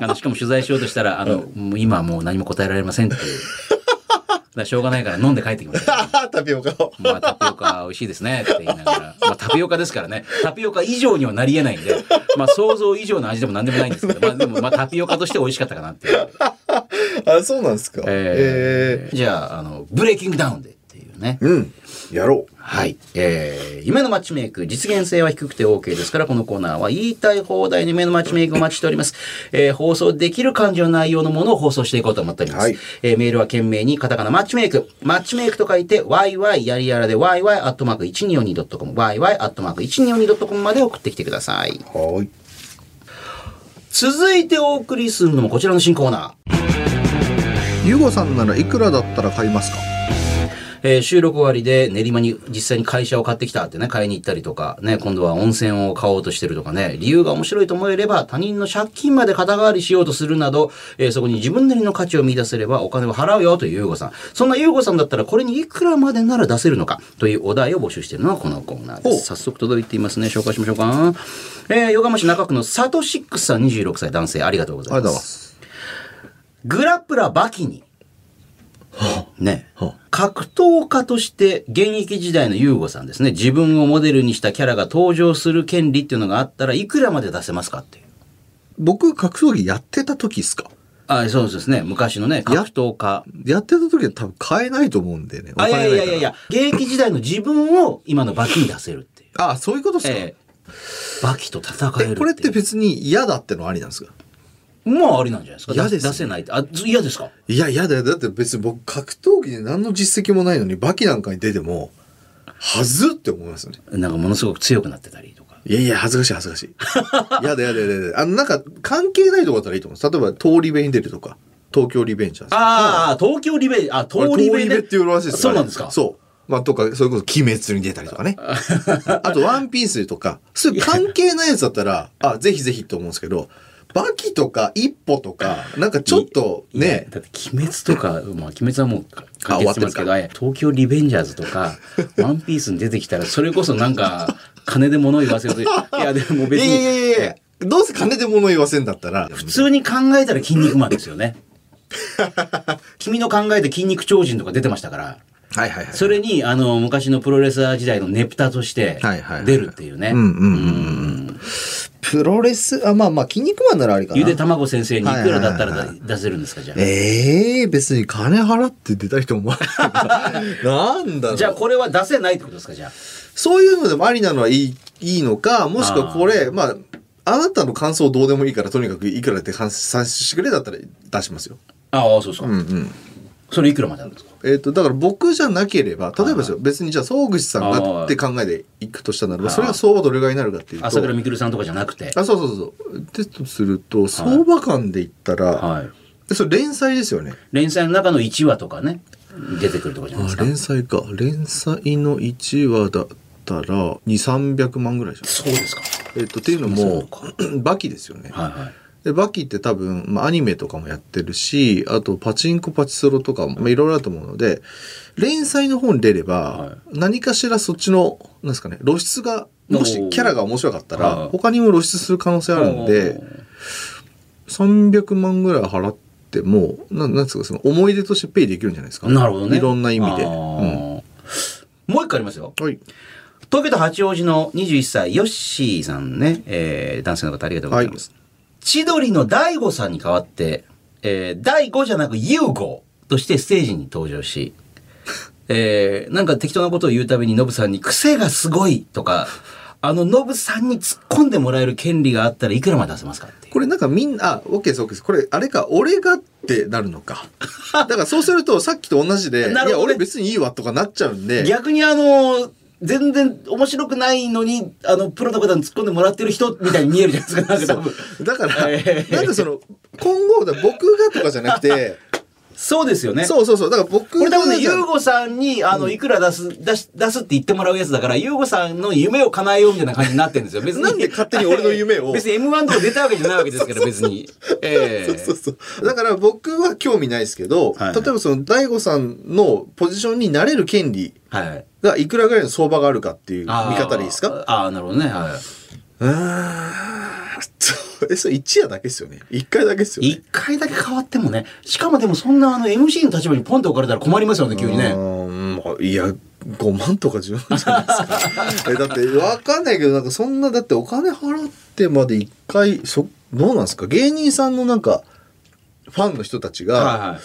Speaker 1: あのしかも取材しようとしたらあの、もう今はもう何も答えられませんっていうだからしょうがないから飲んで帰ってきました
Speaker 2: タピオカ を。
Speaker 1: まあタピオカ美味しいですねって言いながら、まあ、タピオカですからねタピオカ以上にはなりえないんで、まあ、想像以上の味でも何でもないんですけど、まあ、でもまあタピオカとして美味しかったかなっていう、
Speaker 2: あ、そうなんですか。
Speaker 1: え
Speaker 2: え
Speaker 1: ーじゃああの「ブレイキングダウンで」っていうね
Speaker 2: ーうん、やろう。
Speaker 1: はい、えー夢のマッチメイク、実現性は低くて OK ですから、このコーナーは言いたい放題の夢のマッチメイクをお待ちしております。えー放送できる感じの内容のものを放送していこうと思っております。
Speaker 2: はい
Speaker 1: えーメールは懸命にカタカナマッチメイク、マッチメイクと書いて、yy やりやらで yy アットマーク 1242.com、yy アットマーク 1242.com まで送ってきてください。
Speaker 2: はい。
Speaker 1: 続いてお送りするのもこちらの新コーナー。
Speaker 2: ゆうごさんならいくらだったら買いますか
Speaker 1: えー収録終わりで練馬に実際に会社を買ってきたってね、買いに行ったりとか、ね、今度は温泉を買おうとしてるとかね、理由が面白いと思えれば他人の借金まで肩代わりしようとするなど、えーそこに自分なりの価値を見出せればお金を払うよというゆうごさん。そんなゆうごさんだったらこれにいくらまでなら出せるのかというお題を募集しているのがこのコーナーで
Speaker 2: ほう
Speaker 1: す。早速届いていますね。紹介しましょうか。えー、横浜市中区のサトシックスさん26歳男性ありがとうござ
Speaker 2: あ
Speaker 1: い
Speaker 2: れだ
Speaker 1: ま
Speaker 2: わ
Speaker 1: す。。グラップラバキに。ね
Speaker 2: はあ。
Speaker 1: 格闘家として現役時代のユーゴさんですね。自分をモデルにしたキャラが登場する権利っていうのがあったらいくらまで出せますかっていう。
Speaker 2: 僕、格闘技やってた時っすか
Speaker 1: あそうですね。昔のね、格闘家。
Speaker 2: やってた時は多分買えないと思うんでね。お
Speaker 1: あ、
Speaker 2: 金
Speaker 1: いや
Speaker 2: ない
Speaker 1: い
Speaker 2: か
Speaker 1: やい
Speaker 2: ら
Speaker 1: やいや、現役時代の自分を今のバキに出せるっていう。
Speaker 2: あ、そういうことっす か、
Speaker 1: ええバキと戦える
Speaker 2: え、これって
Speaker 1: いう
Speaker 2: 別に嫌だってのはありなんですか
Speaker 1: まあありなんじゃないですか。
Speaker 2: 嫌ですね
Speaker 1: 出せないって。あ、ず嫌ですか
Speaker 2: いや、嫌だよ。だって別に僕、格闘技で何の実績もないのに、バキなんかに出ても、はずって思いますよね。
Speaker 1: なんかものすごく強くなってたりとか。
Speaker 2: いやいや、恥ずかしい恥ずかしい。 やだやだやだやだ。あの、なんか、関係ないとこだったらいいと思う。例えば、東リベに出るとか、東京リベンジャーズ。
Speaker 1: ああ、東京リベ、あ、
Speaker 2: 俺
Speaker 1: 東リベ
Speaker 2: 東リベっていうらしいです
Speaker 1: そうなんですか。
Speaker 2: そう。まあ、とか、それこそ、鬼滅に出たりとか ね。あと、ワンピースとか、そういう関係ないやつだったら、あ、ぜひぜひって思うんですけど、バキとか、一歩とか、なんかちょっと、
Speaker 1: いや
Speaker 2: ね、
Speaker 1: だって鬼滅と か、まあ鬼滅はもう完
Speaker 2: 終わ
Speaker 1: 結
Speaker 2: っ
Speaker 1: しててま
Speaker 2: るんです
Speaker 1: す
Speaker 2: か
Speaker 1: けど、ええ東京リベンジャーズと か、ワンピースに出てきたら、それこそなんか、金で物言わせるという。いや、でも
Speaker 2: い
Speaker 1: 別
Speaker 2: やい
Speaker 1: に、
Speaker 2: やいやいや、どうせ金で物言わせんだったら、
Speaker 1: 普通に考えたら筋肉マンですよね。君の考えた筋肉超人とか出てましたから、
Speaker 2: はいはいはい。
Speaker 1: それに、あの、昔のプロレスラー時代のネプタとして
Speaker 2: はいはいはい、
Speaker 1: 出るっていうね。
Speaker 2: うんうんうんうん。プロレス、あ、まあまあ、筋肉マンならありかな。
Speaker 1: ゆで卵先生にいくらだった
Speaker 2: はいはい
Speaker 1: ら
Speaker 2: はい
Speaker 1: 出せるんですか、じゃあ。
Speaker 2: ええ別に金払って出た人も あるけどなんだろう。
Speaker 1: じゃあこれは出せないってことですか、じゃあ。
Speaker 2: そういうのでもありなのはいいいいのか、もしくはこれ、まあ、あなたの感想どうでもいいから、とにかくいくらって算算出してくれだったら出しますよ。
Speaker 1: ああ、そうそう
Speaker 2: うんうん。
Speaker 1: それいくらまであるんですか
Speaker 2: えっ、と、だから僕じゃなければ、例えばですよ、別にじゃあ、総口さんが
Speaker 1: あー
Speaker 2: って考えていくとしたならば、
Speaker 1: はい
Speaker 2: それが相場どれぐらいになるかっていうと、
Speaker 1: 朝倉未来さんとかじゃなくて。
Speaker 2: あ、そうそうそうそう。ですとすると、相場感で言ったら、
Speaker 1: はい。
Speaker 2: でそれ連載ですよね。
Speaker 1: 連載の中の1話とかね、出てくるとかじゃないで
Speaker 2: あ
Speaker 1: すか。
Speaker 2: 連載か連載の1話だったら2300万ぐらいじゃ
Speaker 1: そうですか。
Speaker 2: ん、えっとっていうのも バキですよね、
Speaker 1: はいはい。
Speaker 2: でバキって多分、まあ、アニメとかもやってるしあとパチンコパチスロとかもまあいろいろあると思うので連載の方に出れば、
Speaker 1: はい
Speaker 2: 何かしらそっちのなんですかね露出がも
Speaker 1: お
Speaker 2: し
Speaker 1: ー
Speaker 2: キャラが面白かった
Speaker 1: は
Speaker 2: ら
Speaker 1: い
Speaker 2: 他にも露出する可能性あるんで300万ぐらい払ってもなんなんですかその思い出としてペイできるんじゃないです
Speaker 1: お
Speaker 2: か
Speaker 1: ーなるほどね。
Speaker 2: いろんな意味で。
Speaker 1: あー
Speaker 2: うん
Speaker 1: もう一個ありますよ。
Speaker 2: はい
Speaker 1: 東京都八王子の21歳、ヨッシーさんね、えー男性の方ありがとうございます。千鳥の大悟さんに代わって、えー、大悟じゃなく優吾としてステージに登場し、 えーなんか適当なことを言うたびにノブさんに癖がすごいとか、あのノブさんに突っ込んでもらえる権利があったらいくらまで出せますかっていう。
Speaker 2: これなんかみんな、あ、OK です、OK です。これ、あれか、俺がってなるの か。だからそうすると、さっきと同じで、
Speaker 1: なるほどね
Speaker 2: いや、俺別にいいわとかなっちゃうんで、
Speaker 1: 逆にあの全然面白くないのにあのプロの方に突っ込んでもらってる人みたいに見えるじゃないですかなんか多分
Speaker 2: だか ら、
Speaker 1: えー
Speaker 2: なんでその、今後、だから僕がとかじゃなくて、
Speaker 1: そうです よね
Speaker 2: そうそうそう、だから僕
Speaker 1: これ
Speaker 2: が
Speaker 1: 多分ね、
Speaker 2: じ
Speaker 1: ユ
Speaker 2: ゃ
Speaker 1: ーゴさんに、あの、いくら出す、出し、出すって言ってもらうやつだから、ユーゴさんの夢を叶えようみたいな感じになってるんですよ。別に。
Speaker 2: なんで勝手に俺の夢 を
Speaker 1: 別に M1 とか出たわけじゃないわけですから、別に。ええ
Speaker 2: そうそうだから僕は興味ないですけど、
Speaker 1: はい
Speaker 2: 例えばその大悟さんのポジションになれる権利
Speaker 1: はい。
Speaker 2: がいくらぐらいの相場があるかっていう見
Speaker 1: あー
Speaker 2: 方でいいですか
Speaker 1: ああ、なるほどね。は
Speaker 2: うーんそうえそれ一夜だけですよね一回だけですよ
Speaker 1: い。
Speaker 2: ね
Speaker 1: 一回だけ変わってもね。しかもでもそんなあの MC の立場にポンと置かれたら困りますよね、急にね。
Speaker 2: うんまあいや、5万とか10万じゃないです か。え、だって、わかんないけど、なんかそんな、だってお金払ってまで一回、そ、どうなんですか芸人さんのなんか、ファンの人たちが、
Speaker 1: はいはい。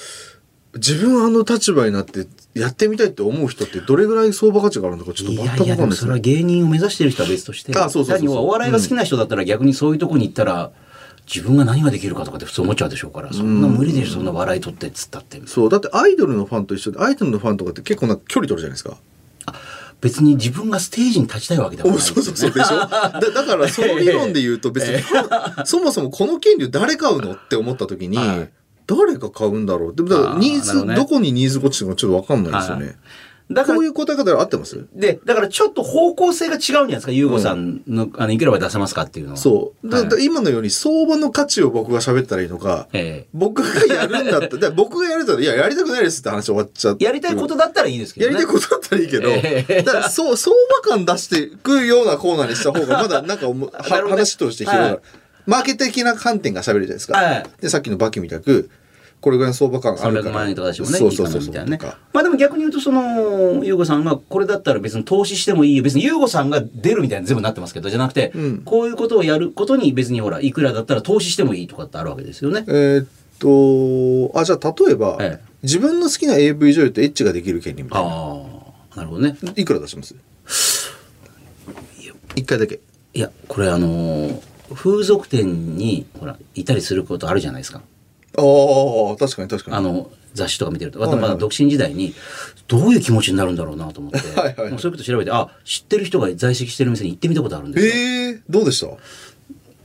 Speaker 2: 自分あの立場になってやってみたいって思う人ってどれぐらい相場価値があるのかちょっと
Speaker 1: い
Speaker 2: 全
Speaker 1: や
Speaker 2: く分か
Speaker 1: い
Speaker 2: ん
Speaker 1: や、
Speaker 2: な
Speaker 1: で
Speaker 2: い
Speaker 1: も
Speaker 2: です
Speaker 1: それは
Speaker 2: ね。
Speaker 1: 芸人を目指してる人は別として、
Speaker 2: あそうそうそう
Speaker 1: 単にお笑いが好きな人だったら逆にそういうとこに行ったら、自分が何ができるかとかって普通思っちゃうでしょうから、そんな無理でしょ、そんな笑い取ってっつったって。
Speaker 2: そうだってアイドルのファンと一緒でアイドルのファンとかって結構なんか距離取るじゃないですか。
Speaker 1: 別に自分がステージに立ちたいわけでは
Speaker 2: お
Speaker 1: ないです
Speaker 2: そう
Speaker 1: よ
Speaker 2: そう
Speaker 1: ね。
Speaker 2: そうでしょだだからその理論で言うと別にそもそもこの権利誰買うのって思った時に
Speaker 1: はい
Speaker 2: 誰が買うんだろうでもだから
Speaker 1: あー
Speaker 2: ニー
Speaker 1: な
Speaker 2: ズ
Speaker 1: るほどね
Speaker 2: どこにニーズが落ちてるのかちょっと分かんないですよ
Speaker 1: は
Speaker 2: ね。
Speaker 1: だから
Speaker 2: こういう答え方合ってます
Speaker 1: で、だからちょっと方向性が違うんじゃないですか、ゆうごさんの、あの、いくらまで出せますかっていうのは。
Speaker 2: そう。だ
Speaker 1: はい
Speaker 2: だ今のように相場の価値を僕が喋ったらいいのか、
Speaker 1: え
Speaker 2: 僕がやるんだったら、だから僕がやると、いや、やりたくないですって話終わっちゃう。
Speaker 1: えやりたいことだったらいいですけ
Speaker 2: や
Speaker 1: どね。
Speaker 2: りたいことだったらいいけど、
Speaker 1: ええ
Speaker 2: だからそう相場感出していくようなコーナーにした方がまだなんかお もは
Speaker 1: なるほどね
Speaker 2: 話として広がる、
Speaker 1: はい
Speaker 2: マーケ的な観点が喋るじゃないですか、
Speaker 1: はい
Speaker 2: でさっきのバキみたくこれぐらいの相場感があるか
Speaker 1: 300
Speaker 2: ら
Speaker 1: 万円とかでしょうね。
Speaker 2: そうそうそう
Speaker 1: いい
Speaker 2: そう
Speaker 1: かなみたいな
Speaker 2: と
Speaker 1: ね
Speaker 2: か。
Speaker 1: まあでも逆に言うと、その、ゆうごさんが、これだったら別に投資してもいいよ。別にゆうごさんが出るみたいな全部なってますけど、じゃなくて、
Speaker 2: うん
Speaker 1: こういうことをやることに別にほら、いくらだったら投資してもいいとかってあるわけですよね。
Speaker 2: えーっとあじゃあ例えば、
Speaker 1: ええ
Speaker 2: 自分の好きな AV 女優とエッチができる権利みたいな
Speaker 1: ああ、なるほどね。
Speaker 2: いくら出します一回だけ
Speaker 1: いや、これあのー風俗店に、ほら、いたりすることあるじゃないですか。
Speaker 2: ああ確かに確か
Speaker 1: あ
Speaker 2: に
Speaker 1: の雑誌とか見てると、
Speaker 2: はいはい
Speaker 1: まだ独身時代にどういう気持ちになるんだろうなと思って、
Speaker 2: はいはいはい
Speaker 1: もうそういうこと調べて、あ、知ってる人が在籍してる店に行ってみたことあるんですよ。
Speaker 2: えー、どうでした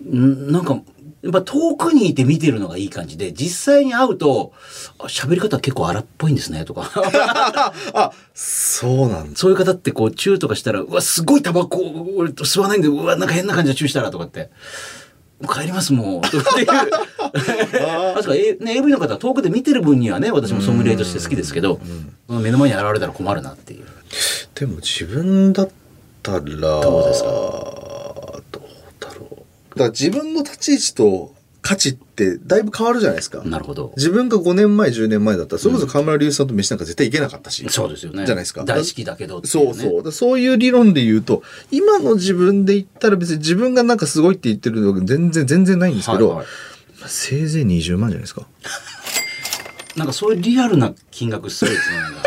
Speaker 1: んなんか、やっぱ遠くにいて見てるのがいい感じで、実際に会うと、あ喋り方結構荒っぽいんですねとか、
Speaker 2: あそうなんだ
Speaker 1: そういう方ってこう、チューとかしたら、うわ、すごいタバコ、俺吸わないんで、うわ、なんか変な感じでチューしたらとかって。もう帰りますもん。とかっていう。確か、A ね、AV の方は遠くで見てる分にはね、私もソムリエとして好きですけど、その目の前に現れたら困るなっていう。
Speaker 2: でも自分だったらど
Speaker 1: うですか
Speaker 2: どうだろうだから自分の立ち位置と価値ってだいぶ変わるじゃないですか
Speaker 1: なるほど。
Speaker 2: 自分が5年前10年前だったらそれこそ河村隆一さんと飯なんか絶対行けなかったし、
Speaker 1: そうですよね。
Speaker 2: じゃないですか
Speaker 1: 大好きだけどってい
Speaker 2: そうそう。だからそういう理論で言うと、今の自分で言ったら別に自分がなんかすごいって言ってるのが全然、全然ないんですけど、
Speaker 1: はいは
Speaker 2: せいぜい20万じゃないですか。
Speaker 1: なんかそういうリアルな金額すごいですね。なんか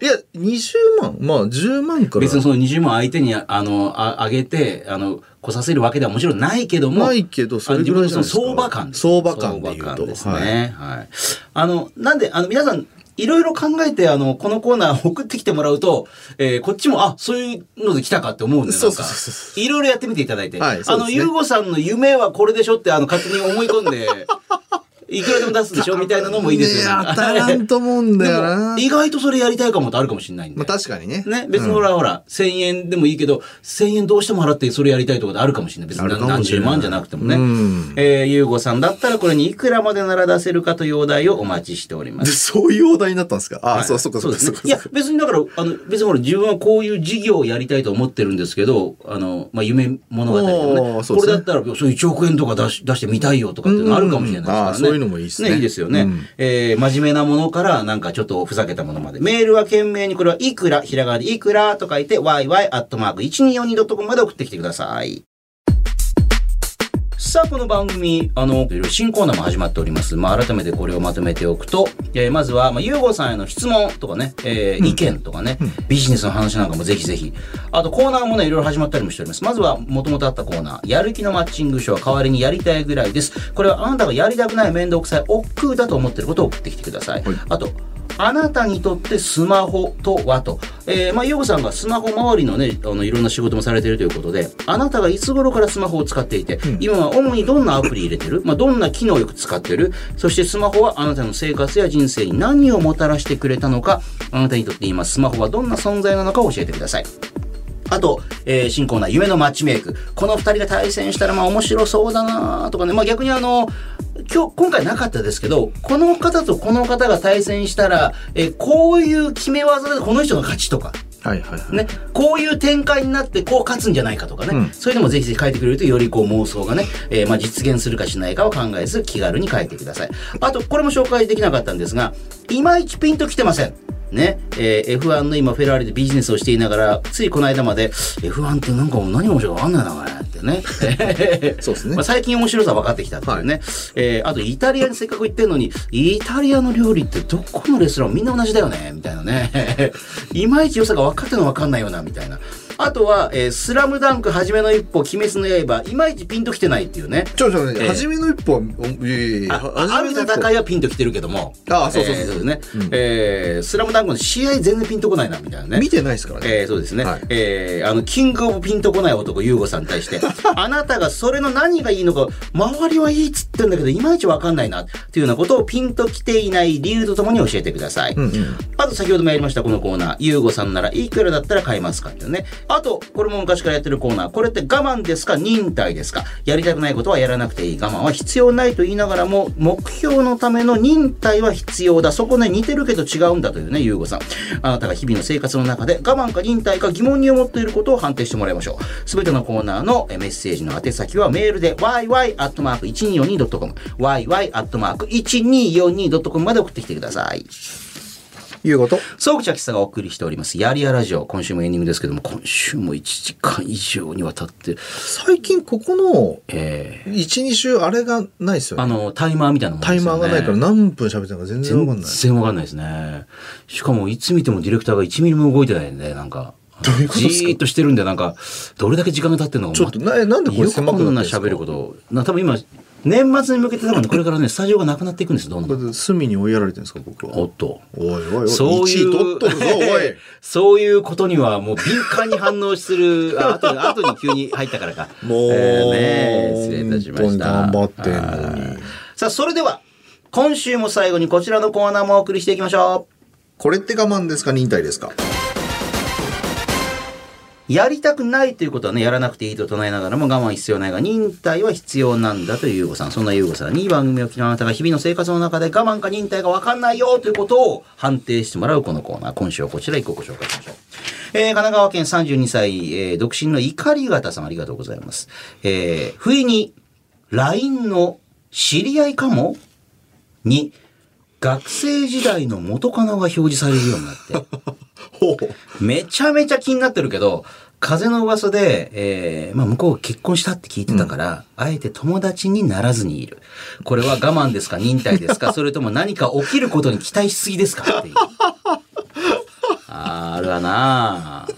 Speaker 2: いや、20万まあ10万から。
Speaker 1: 別にその20万相手に、あの、ああげて、あの、来させるわけではもちろんないけども。
Speaker 2: ないけどそれぐらいじゃないです
Speaker 1: あ
Speaker 2: か
Speaker 1: の自分のその相場感です
Speaker 2: 相場感で言うと
Speaker 1: 相場感ですね。はい。あの、なんで、あの、皆さん、いろいろ考えて、あの、このコーナー送ってきてもらうと、えーこっちも、あ、そういうので来たかって思うんで、
Speaker 2: そ
Speaker 1: な
Speaker 2: うん
Speaker 1: か
Speaker 2: そうそうそ、
Speaker 1: いろいろやってみていただいて、
Speaker 2: はいそ
Speaker 1: あ
Speaker 2: う
Speaker 1: の、
Speaker 2: ですね
Speaker 1: ゆうごさんの夢はこれでしょって、あの、勝手に思い込ん で、いくらでも出すでしょみたいなのもいいですよ
Speaker 2: ね当たらんと思うんだよ な
Speaker 1: でも。意外とそれやりたいかもってあるかもしれないんで。
Speaker 2: まあ確かにね。
Speaker 1: ね、別にほら、ほら、1000円でもいいけど、1000円どうしても払ってそれやりたいところであるかもしれない。別に
Speaker 2: あるか
Speaker 1: 何
Speaker 2: も
Speaker 1: 何
Speaker 2: しれ
Speaker 1: 十
Speaker 2: ない
Speaker 1: 万じゃなくてもね。
Speaker 2: うん
Speaker 1: えー、ゆうごさんだったらこれにいくらまでなら出せるかというお題をお待ちしておりま
Speaker 2: で、
Speaker 1: す。
Speaker 2: そういうお題になったんですかあ、
Speaker 1: はい
Speaker 2: そう、そうか、そうか、
Speaker 1: です
Speaker 2: そう
Speaker 1: ね
Speaker 2: か。
Speaker 1: いや、別にだから、あの、別にほら、自分はこういう事業をやりたいと思ってるんですけど、あの、まあ、夢物語とか
Speaker 2: おー
Speaker 1: ね。
Speaker 2: そう
Speaker 1: こ
Speaker 2: です
Speaker 1: れ
Speaker 2: ね
Speaker 1: だったら、そう1億円とか出し出してみたいよとかっていうのあるかもしれないですからね。
Speaker 2: うんうんうんあーそういうのもいいですね
Speaker 1: いいですよね。
Speaker 2: うん
Speaker 1: えー真面目なものから、なんかちょっとふざけたものまで。メールは懸命に、これはいくら、ひらがなでいくらと書いて、yy.1242.com まで送ってきてください。さあ、この番組、あの、いろいろ新コーナーも始まっております。まあ、改めてこれをまとめておくと、えーまずは、まあ、ゆうごさんへの質問とかね、えー意見とかね、ビジネスの話なんかもぜひぜひ。あと、コーナーもね、いろいろ始まったりもしております。まずは、もともとあったコーナー、やる気のマッチングショー、代わりにやりたいぐらいです。これは、あなたがやりたくない、めんどくさい、億劫だと思ってることを送ってきてください。
Speaker 2: はい
Speaker 1: あと、あなたにとってスマホとはと。えー、まあ、ヨウさんがスマホ周りのね、あの、いろんな仕事もされているということで、あなたがいつ頃からスマホを使っていて、今は主にどんなアプリ入れてる、まあ、どんな機能をよく使ってる、そしてスマホはあなたの生活や人生に何をもたらしてくれたのか、あなたにとって今スマホはどんな存在なのかを教えてください。あと、えー新コーナー、夢のマッチメイク。この二人が対戦したら、まあ面白そうだなとかね。まあ逆にあの、今日、今回なかったですけど、この方とこの方が対戦したら、えーこういう決め技でこの人が勝ちとか、
Speaker 2: はいはいはい。
Speaker 1: ね、こういう展開になってこう勝つんじゃないかとかね。
Speaker 2: うん
Speaker 1: そういうのもぜひぜひ書いてくれると、よりこう妄想がね、えーまあ実現するかしないかを考えず、気軽に書いてください。あと、これも紹介できなかったんですが、いまいちピンときてません。ね、えー F1 の今フェラーリでビジネスをしていながらついこの間まで F1 ってなんかもう何が面白いか分かんないなこれってねよね。
Speaker 2: そうですね
Speaker 1: まあ最近面白さ分かってきたっていうね。えーあとイタリアにせっかく行ってんのに、イタリアの料理ってどこのレストランもみんな同じだよね、みたいなね。 いまいち良さが分かってんの分かんないよな、みたいな。あとは、えースラムダンクはじめの一歩、鬼滅の刃、いまいちピンときてないっていうね。
Speaker 2: ちょちょ、
Speaker 1: ええ
Speaker 2: 初めの一歩は、おいやいやいや
Speaker 1: あある戦いはピンときてるけども。
Speaker 2: あそうそうそ
Speaker 1: え
Speaker 2: う
Speaker 1: ーですね。えースラムダンクの試合全然ピンとこないな、みたいなね。
Speaker 2: 見てないですからね。
Speaker 1: えーそうですね。
Speaker 2: はい
Speaker 1: えーあの、キングオブピンとこない男、ユーゴさんに対 して、あなたがそれの何がいいのか、周りはいいっつってんだけど、いまいちわかんないな、っていうようなことをピンときていない理由とともに教えてください。
Speaker 2: うんうん
Speaker 1: あと先ほどもやりましたこのコーナー、ゆうごさんならいくらだったら買えますかっていうね。あと、これも昔からやってるコーナー、これって我慢ですか忍耐ですかやりたくないことはやらなくていい。我慢は必要ないと言いながらも、目標のための忍耐は必要だ。そこね、似てるけど違うんだというね、ゆうごさん。あなたが日々の生活の中で我慢か忍耐か疑問に思っていることを判定してもらいましょう。すべてのコーナーのえメッセージの宛先はメールで yy.1242.com、yy.1242.com まで送ってきてください。
Speaker 2: いうこと。
Speaker 1: 総口秋さんがお送りしております、やりやラジオ。今週もエンディングですけども、今週も1時間以上にわたって、
Speaker 2: 最近ここの、
Speaker 1: え
Speaker 2: 1、2週あれがないです
Speaker 1: ー、あ
Speaker 2: よね。
Speaker 1: の、タイマーみたいなもんです
Speaker 2: タ
Speaker 1: よ
Speaker 2: イ
Speaker 1: ね。
Speaker 2: マーがないから何分喋ってたのか全然わかん
Speaker 1: 全
Speaker 2: ない。
Speaker 1: 然わかんないですね。しかも、いつ見てもディレクターが1ミリも動いてないんで、なんか。
Speaker 2: どういうことです
Speaker 1: じ
Speaker 2: か
Speaker 1: ーっとしてるんで、なんか、どれだけ時間が経ってるのか
Speaker 2: ちょっとな、なんでこれ
Speaker 1: よく
Speaker 2: 狭
Speaker 1: こ
Speaker 2: くなって
Speaker 1: んな
Speaker 2: ですか
Speaker 1: 喋ること。な、多分今、年末に向けて多分ねこれからね、スタジオがなくなっていくんですよ、どんど
Speaker 2: こ
Speaker 1: ん。
Speaker 2: れで隅に追いやられてるんですか、僕
Speaker 1: お
Speaker 2: は
Speaker 1: っ。と。
Speaker 2: おいおいおい、
Speaker 1: そうい
Speaker 2: 1位取
Speaker 1: う
Speaker 2: っとるぞ、おい。
Speaker 1: そういうことにはもう敏感に反応す る、あ後に後に急に入ったからか。
Speaker 2: もう
Speaker 1: えーねえ失礼いたしました。
Speaker 2: 本当に頑張ってんのに
Speaker 1: あーさあ、それでは、今週も最後にこちらのコーナーもお送りしていきましょ
Speaker 2: これって我慢ですか、忍耐ですか。
Speaker 1: う。やりたくないということはね、やらなくていいと唱えながらも我慢必要ないが、忍耐は必要なんだというゆうごさん。そんなゆうごさんに番組を聞きのあなたが日々の生活の中で我慢か忍耐がわかんないよということを判定してもらうこのコーナー。今週はこちら一個ご紹介しましょう。えー神奈川県32歳、えー独身の怒り方さんありがとうございます。えー不意に LINE の知り合いかもに学生時代の元カノが表示されるようになって、
Speaker 2: ほう。
Speaker 1: めちゃめちゃ気になってるけど、風の噂で、えーまあ向こう結婚したって聞いてたから、あえて友達にならずにいる。これは我慢ですか忍耐ですかそれとも何か起きることに期待しすぎですかっていう。あーあるわなあ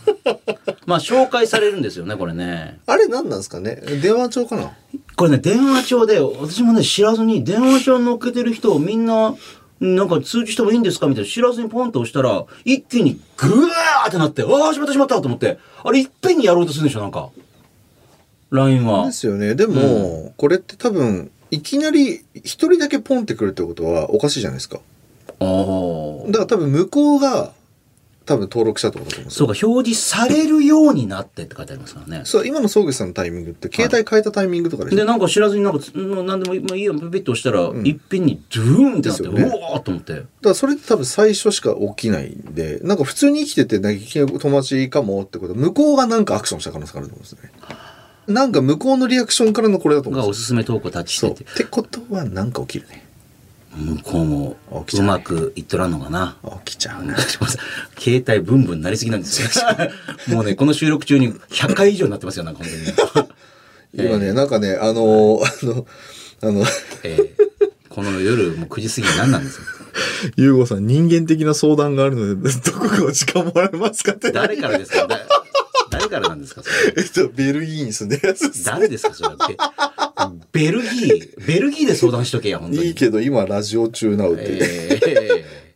Speaker 1: まあ紹介されるんですよね、これね。
Speaker 2: あれ何なんですかね電話帳かな
Speaker 1: これね、電話帳で、私もね、知らずに、電話帳に乗っけてる人をみんな、なんか通知してもいいんですかみたいな、知らずにポンと押したら、一気にグワーってなって、ああ、しまったしまったと思って、あれ、いっぺんにやろうとするんでしょ、なんか。LINE は
Speaker 2: で。すよね。でも、これって多分、いきなり一人だけポンってくるってことはおかしいじゃないですか。
Speaker 1: ああ。
Speaker 2: だから多分向こうが、多分登録したってことだと思うんです
Speaker 1: そ
Speaker 2: よ。
Speaker 1: うか、表示されるようになってって書いてありますからね。
Speaker 2: そう、今の総口さんのタイミングって、携帯変えたタイミングとかでし
Speaker 1: で、
Speaker 2: ょ
Speaker 1: なんか知らずになんか、もう何でもいいまあいいよ、ペペッと押したら、
Speaker 2: ん
Speaker 1: いっぺんにドゥーンってなって、
Speaker 2: ですよ
Speaker 1: う
Speaker 2: ね
Speaker 1: わーっと思って。
Speaker 2: だからそれって多分最初しか起きないんで、なんか普通に生きてて、なんか友達かもってこと、向こうがなんかアクションした可能性があると思うんですね。なんか向こうのリアクションからのこれだと思
Speaker 1: が
Speaker 2: うん
Speaker 1: お
Speaker 2: ですよ。
Speaker 1: すすめ投稿タッチし
Speaker 2: そう。
Speaker 1: て。
Speaker 2: っててことはなんか起きるね。
Speaker 1: 向こうも、う
Speaker 2: 起きちゃうね
Speaker 1: まくいっとらんのかな。
Speaker 2: 起きちゃう
Speaker 1: な
Speaker 2: ね
Speaker 1: ん。かちょっと携帯ブンブンなりすぎなんですよ。 もうね、この収録中に100回以上になってますよ、なんか本当に。
Speaker 2: 今ね、なんかね、あのー、あの、あ の、
Speaker 1: えー、えーこの夜もう9時過ぎに何なんですよ。
Speaker 2: ゆうごさん、人間的な相談があるので、どこかお時間もらえますかって。
Speaker 1: 誰からですかだ誰からなんですかそれ
Speaker 2: えっと、ベルギーに住んでるやつです。
Speaker 1: 誰ですかそれはベベルギー、ベルギーで相談しとけや、本当に。
Speaker 2: いいけど、今、ラジオ中なうっていう。
Speaker 1: えー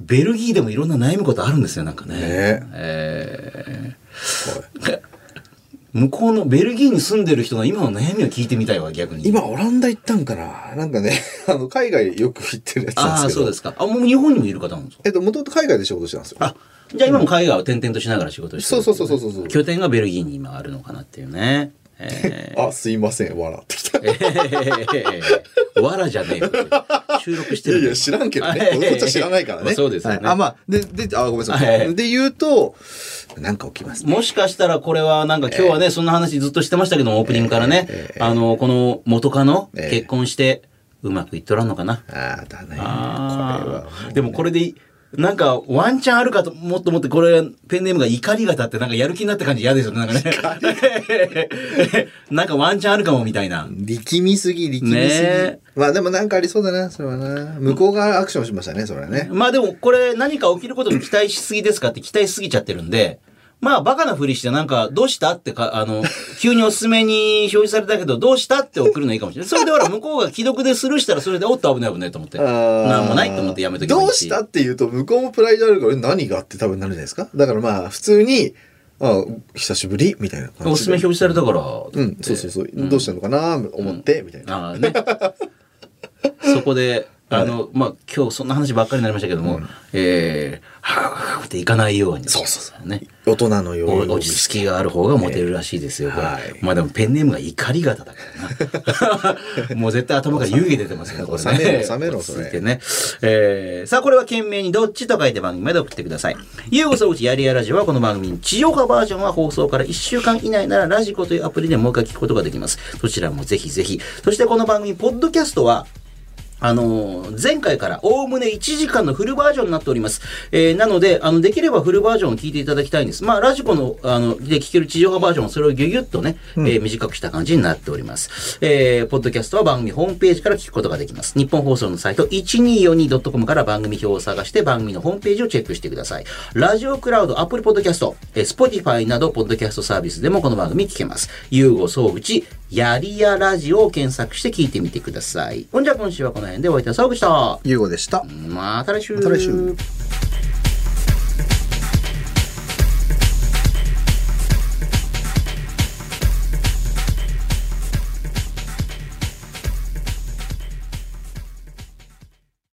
Speaker 1: ベルギーでもいろんな悩むことあるんですよ、なんかね。
Speaker 2: ね
Speaker 1: えー向こうのベルギーに住んでる人の今の悩みを聞いてみたいわ、逆に。
Speaker 2: 今、オランダ行ったんかななんかね、 あの、海外よく行ってるやつなん
Speaker 1: ああ、
Speaker 2: ですけ
Speaker 1: そう
Speaker 2: ど。
Speaker 1: ですか。あ、もう日本にもいる方なんですか
Speaker 2: えっと、もともと海外で仕事してたんですよ。
Speaker 1: あ、じゃあ今も海外を転々としながら仕事をしてるっていね
Speaker 2: そうそうそうそうそう
Speaker 1: 拠点がベルギーに今あるのかなっていうね。え
Speaker 2: あ、すいません、笑ってきた。い
Speaker 1: ー、 わらじゃねえよ。収録して
Speaker 2: や
Speaker 1: る
Speaker 2: いや、知らんけどね。
Speaker 1: あ
Speaker 2: 俺こっちは知らないから
Speaker 1: まあ
Speaker 2: ね。
Speaker 1: そうですよね
Speaker 2: はいあ、まあ、で、で、あ、ごめんなさ
Speaker 1: はい
Speaker 2: い。で、言うと、なんか起きますね。
Speaker 1: もしかしたらこれはなんか今日はね、そんな話ずっとしてましたけども、オープニングからね、あの、この元カノ、
Speaker 2: ええ
Speaker 1: 結婚してうまくいっとらんのかな。
Speaker 2: あーだね。これ
Speaker 1: あ
Speaker 2: は。
Speaker 1: ーでもこれでいなんか、ワンチャンあるかと、もっともっとこれ、ペンネームが怒り型って、なんかやる気になった感じ嫌ですよね、なんかね。 なんかワンチャンあるかも、みたいな。
Speaker 2: 力みすぎ、力みすぎ。
Speaker 1: ねえ
Speaker 2: まあでもなんかありそうだな、それはな。向こうがアクションしましたね、それはね。
Speaker 1: まあでも、これ何か起きることに期待しすぎですかって期待しすぎちゃってるんで、まあ、バカなふりして、なんか、どうしたってか、あの、急におすすめに表示されたけど、どうしたって送るのいいかもしれない。それでほら、向こうが既読でスルーしたら、それで、おっと危ない危ないと思って。
Speaker 2: あー
Speaker 1: なんもないと思ってやめときばい
Speaker 2: ど
Speaker 1: いう
Speaker 2: したって言うと、向こうもプライドあるから、え何がって多分なるじゃないですか。だからまあ、普通に、あ久しぶりみたいな感じで。
Speaker 1: おすすめ表示されたから、
Speaker 2: うん、そうそうそう。どうしたのかな思って、みたいな。
Speaker 1: ああね。 そこで、あの、まあ、今日そんな話ばっかりになりましたけども、えー、はぁ、はぁっていかないように。そうそうそう。ね。
Speaker 2: 大人のよ
Speaker 1: お
Speaker 2: う
Speaker 1: 落ち着きがある方がモテるらしいですよ、これ
Speaker 2: はい
Speaker 1: まあでもペンネームが怒り型だ からな。もう絶対頭から湯気出てますよ、これね。
Speaker 2: 収めろ収めろ
Speaker 1: 落ち着い
Speaker 2: そ
Speaker 1: て
Speaker 2: れ
Speaker 1: ね。えー、さあ、これは懸命にどっちと書いて番組まで送ってください。ゆうごそうちやりやラジオはこの番組に地上波バージョンは放送から1週間以内ならラジコというアプリでもう一回聞くことができます。そちらもぜひぜひ。そしてこの番組、ポッドキャストはあのー前回からおおむね1時間のフルバージョンになっております。えーなので、あの、できればフルバージョンを聞いていただきたいんです。まあ、ラジコの、あの、で聞ける地上波バージョンをそれをギュギュッとね、えー短くした感じになっております。えーポッドキャストは番組ホームページから聞くことができます。日本放送のサイト 1242.com から番組表を探して番組のホームページをチェックしてください。ラジオクラウド、アップルポッドキャスト、えー、Spotify など、ポッドキャストサービスでもこの番組聞けます。ゆうごそうやりやラジオを検索して聞いてみてください。ほんじゃ今週はこの辺でお相手は沢口と、
Speaker 2: ゆうごでした。
Speaker 1: また来週。
Speaker 2: また来週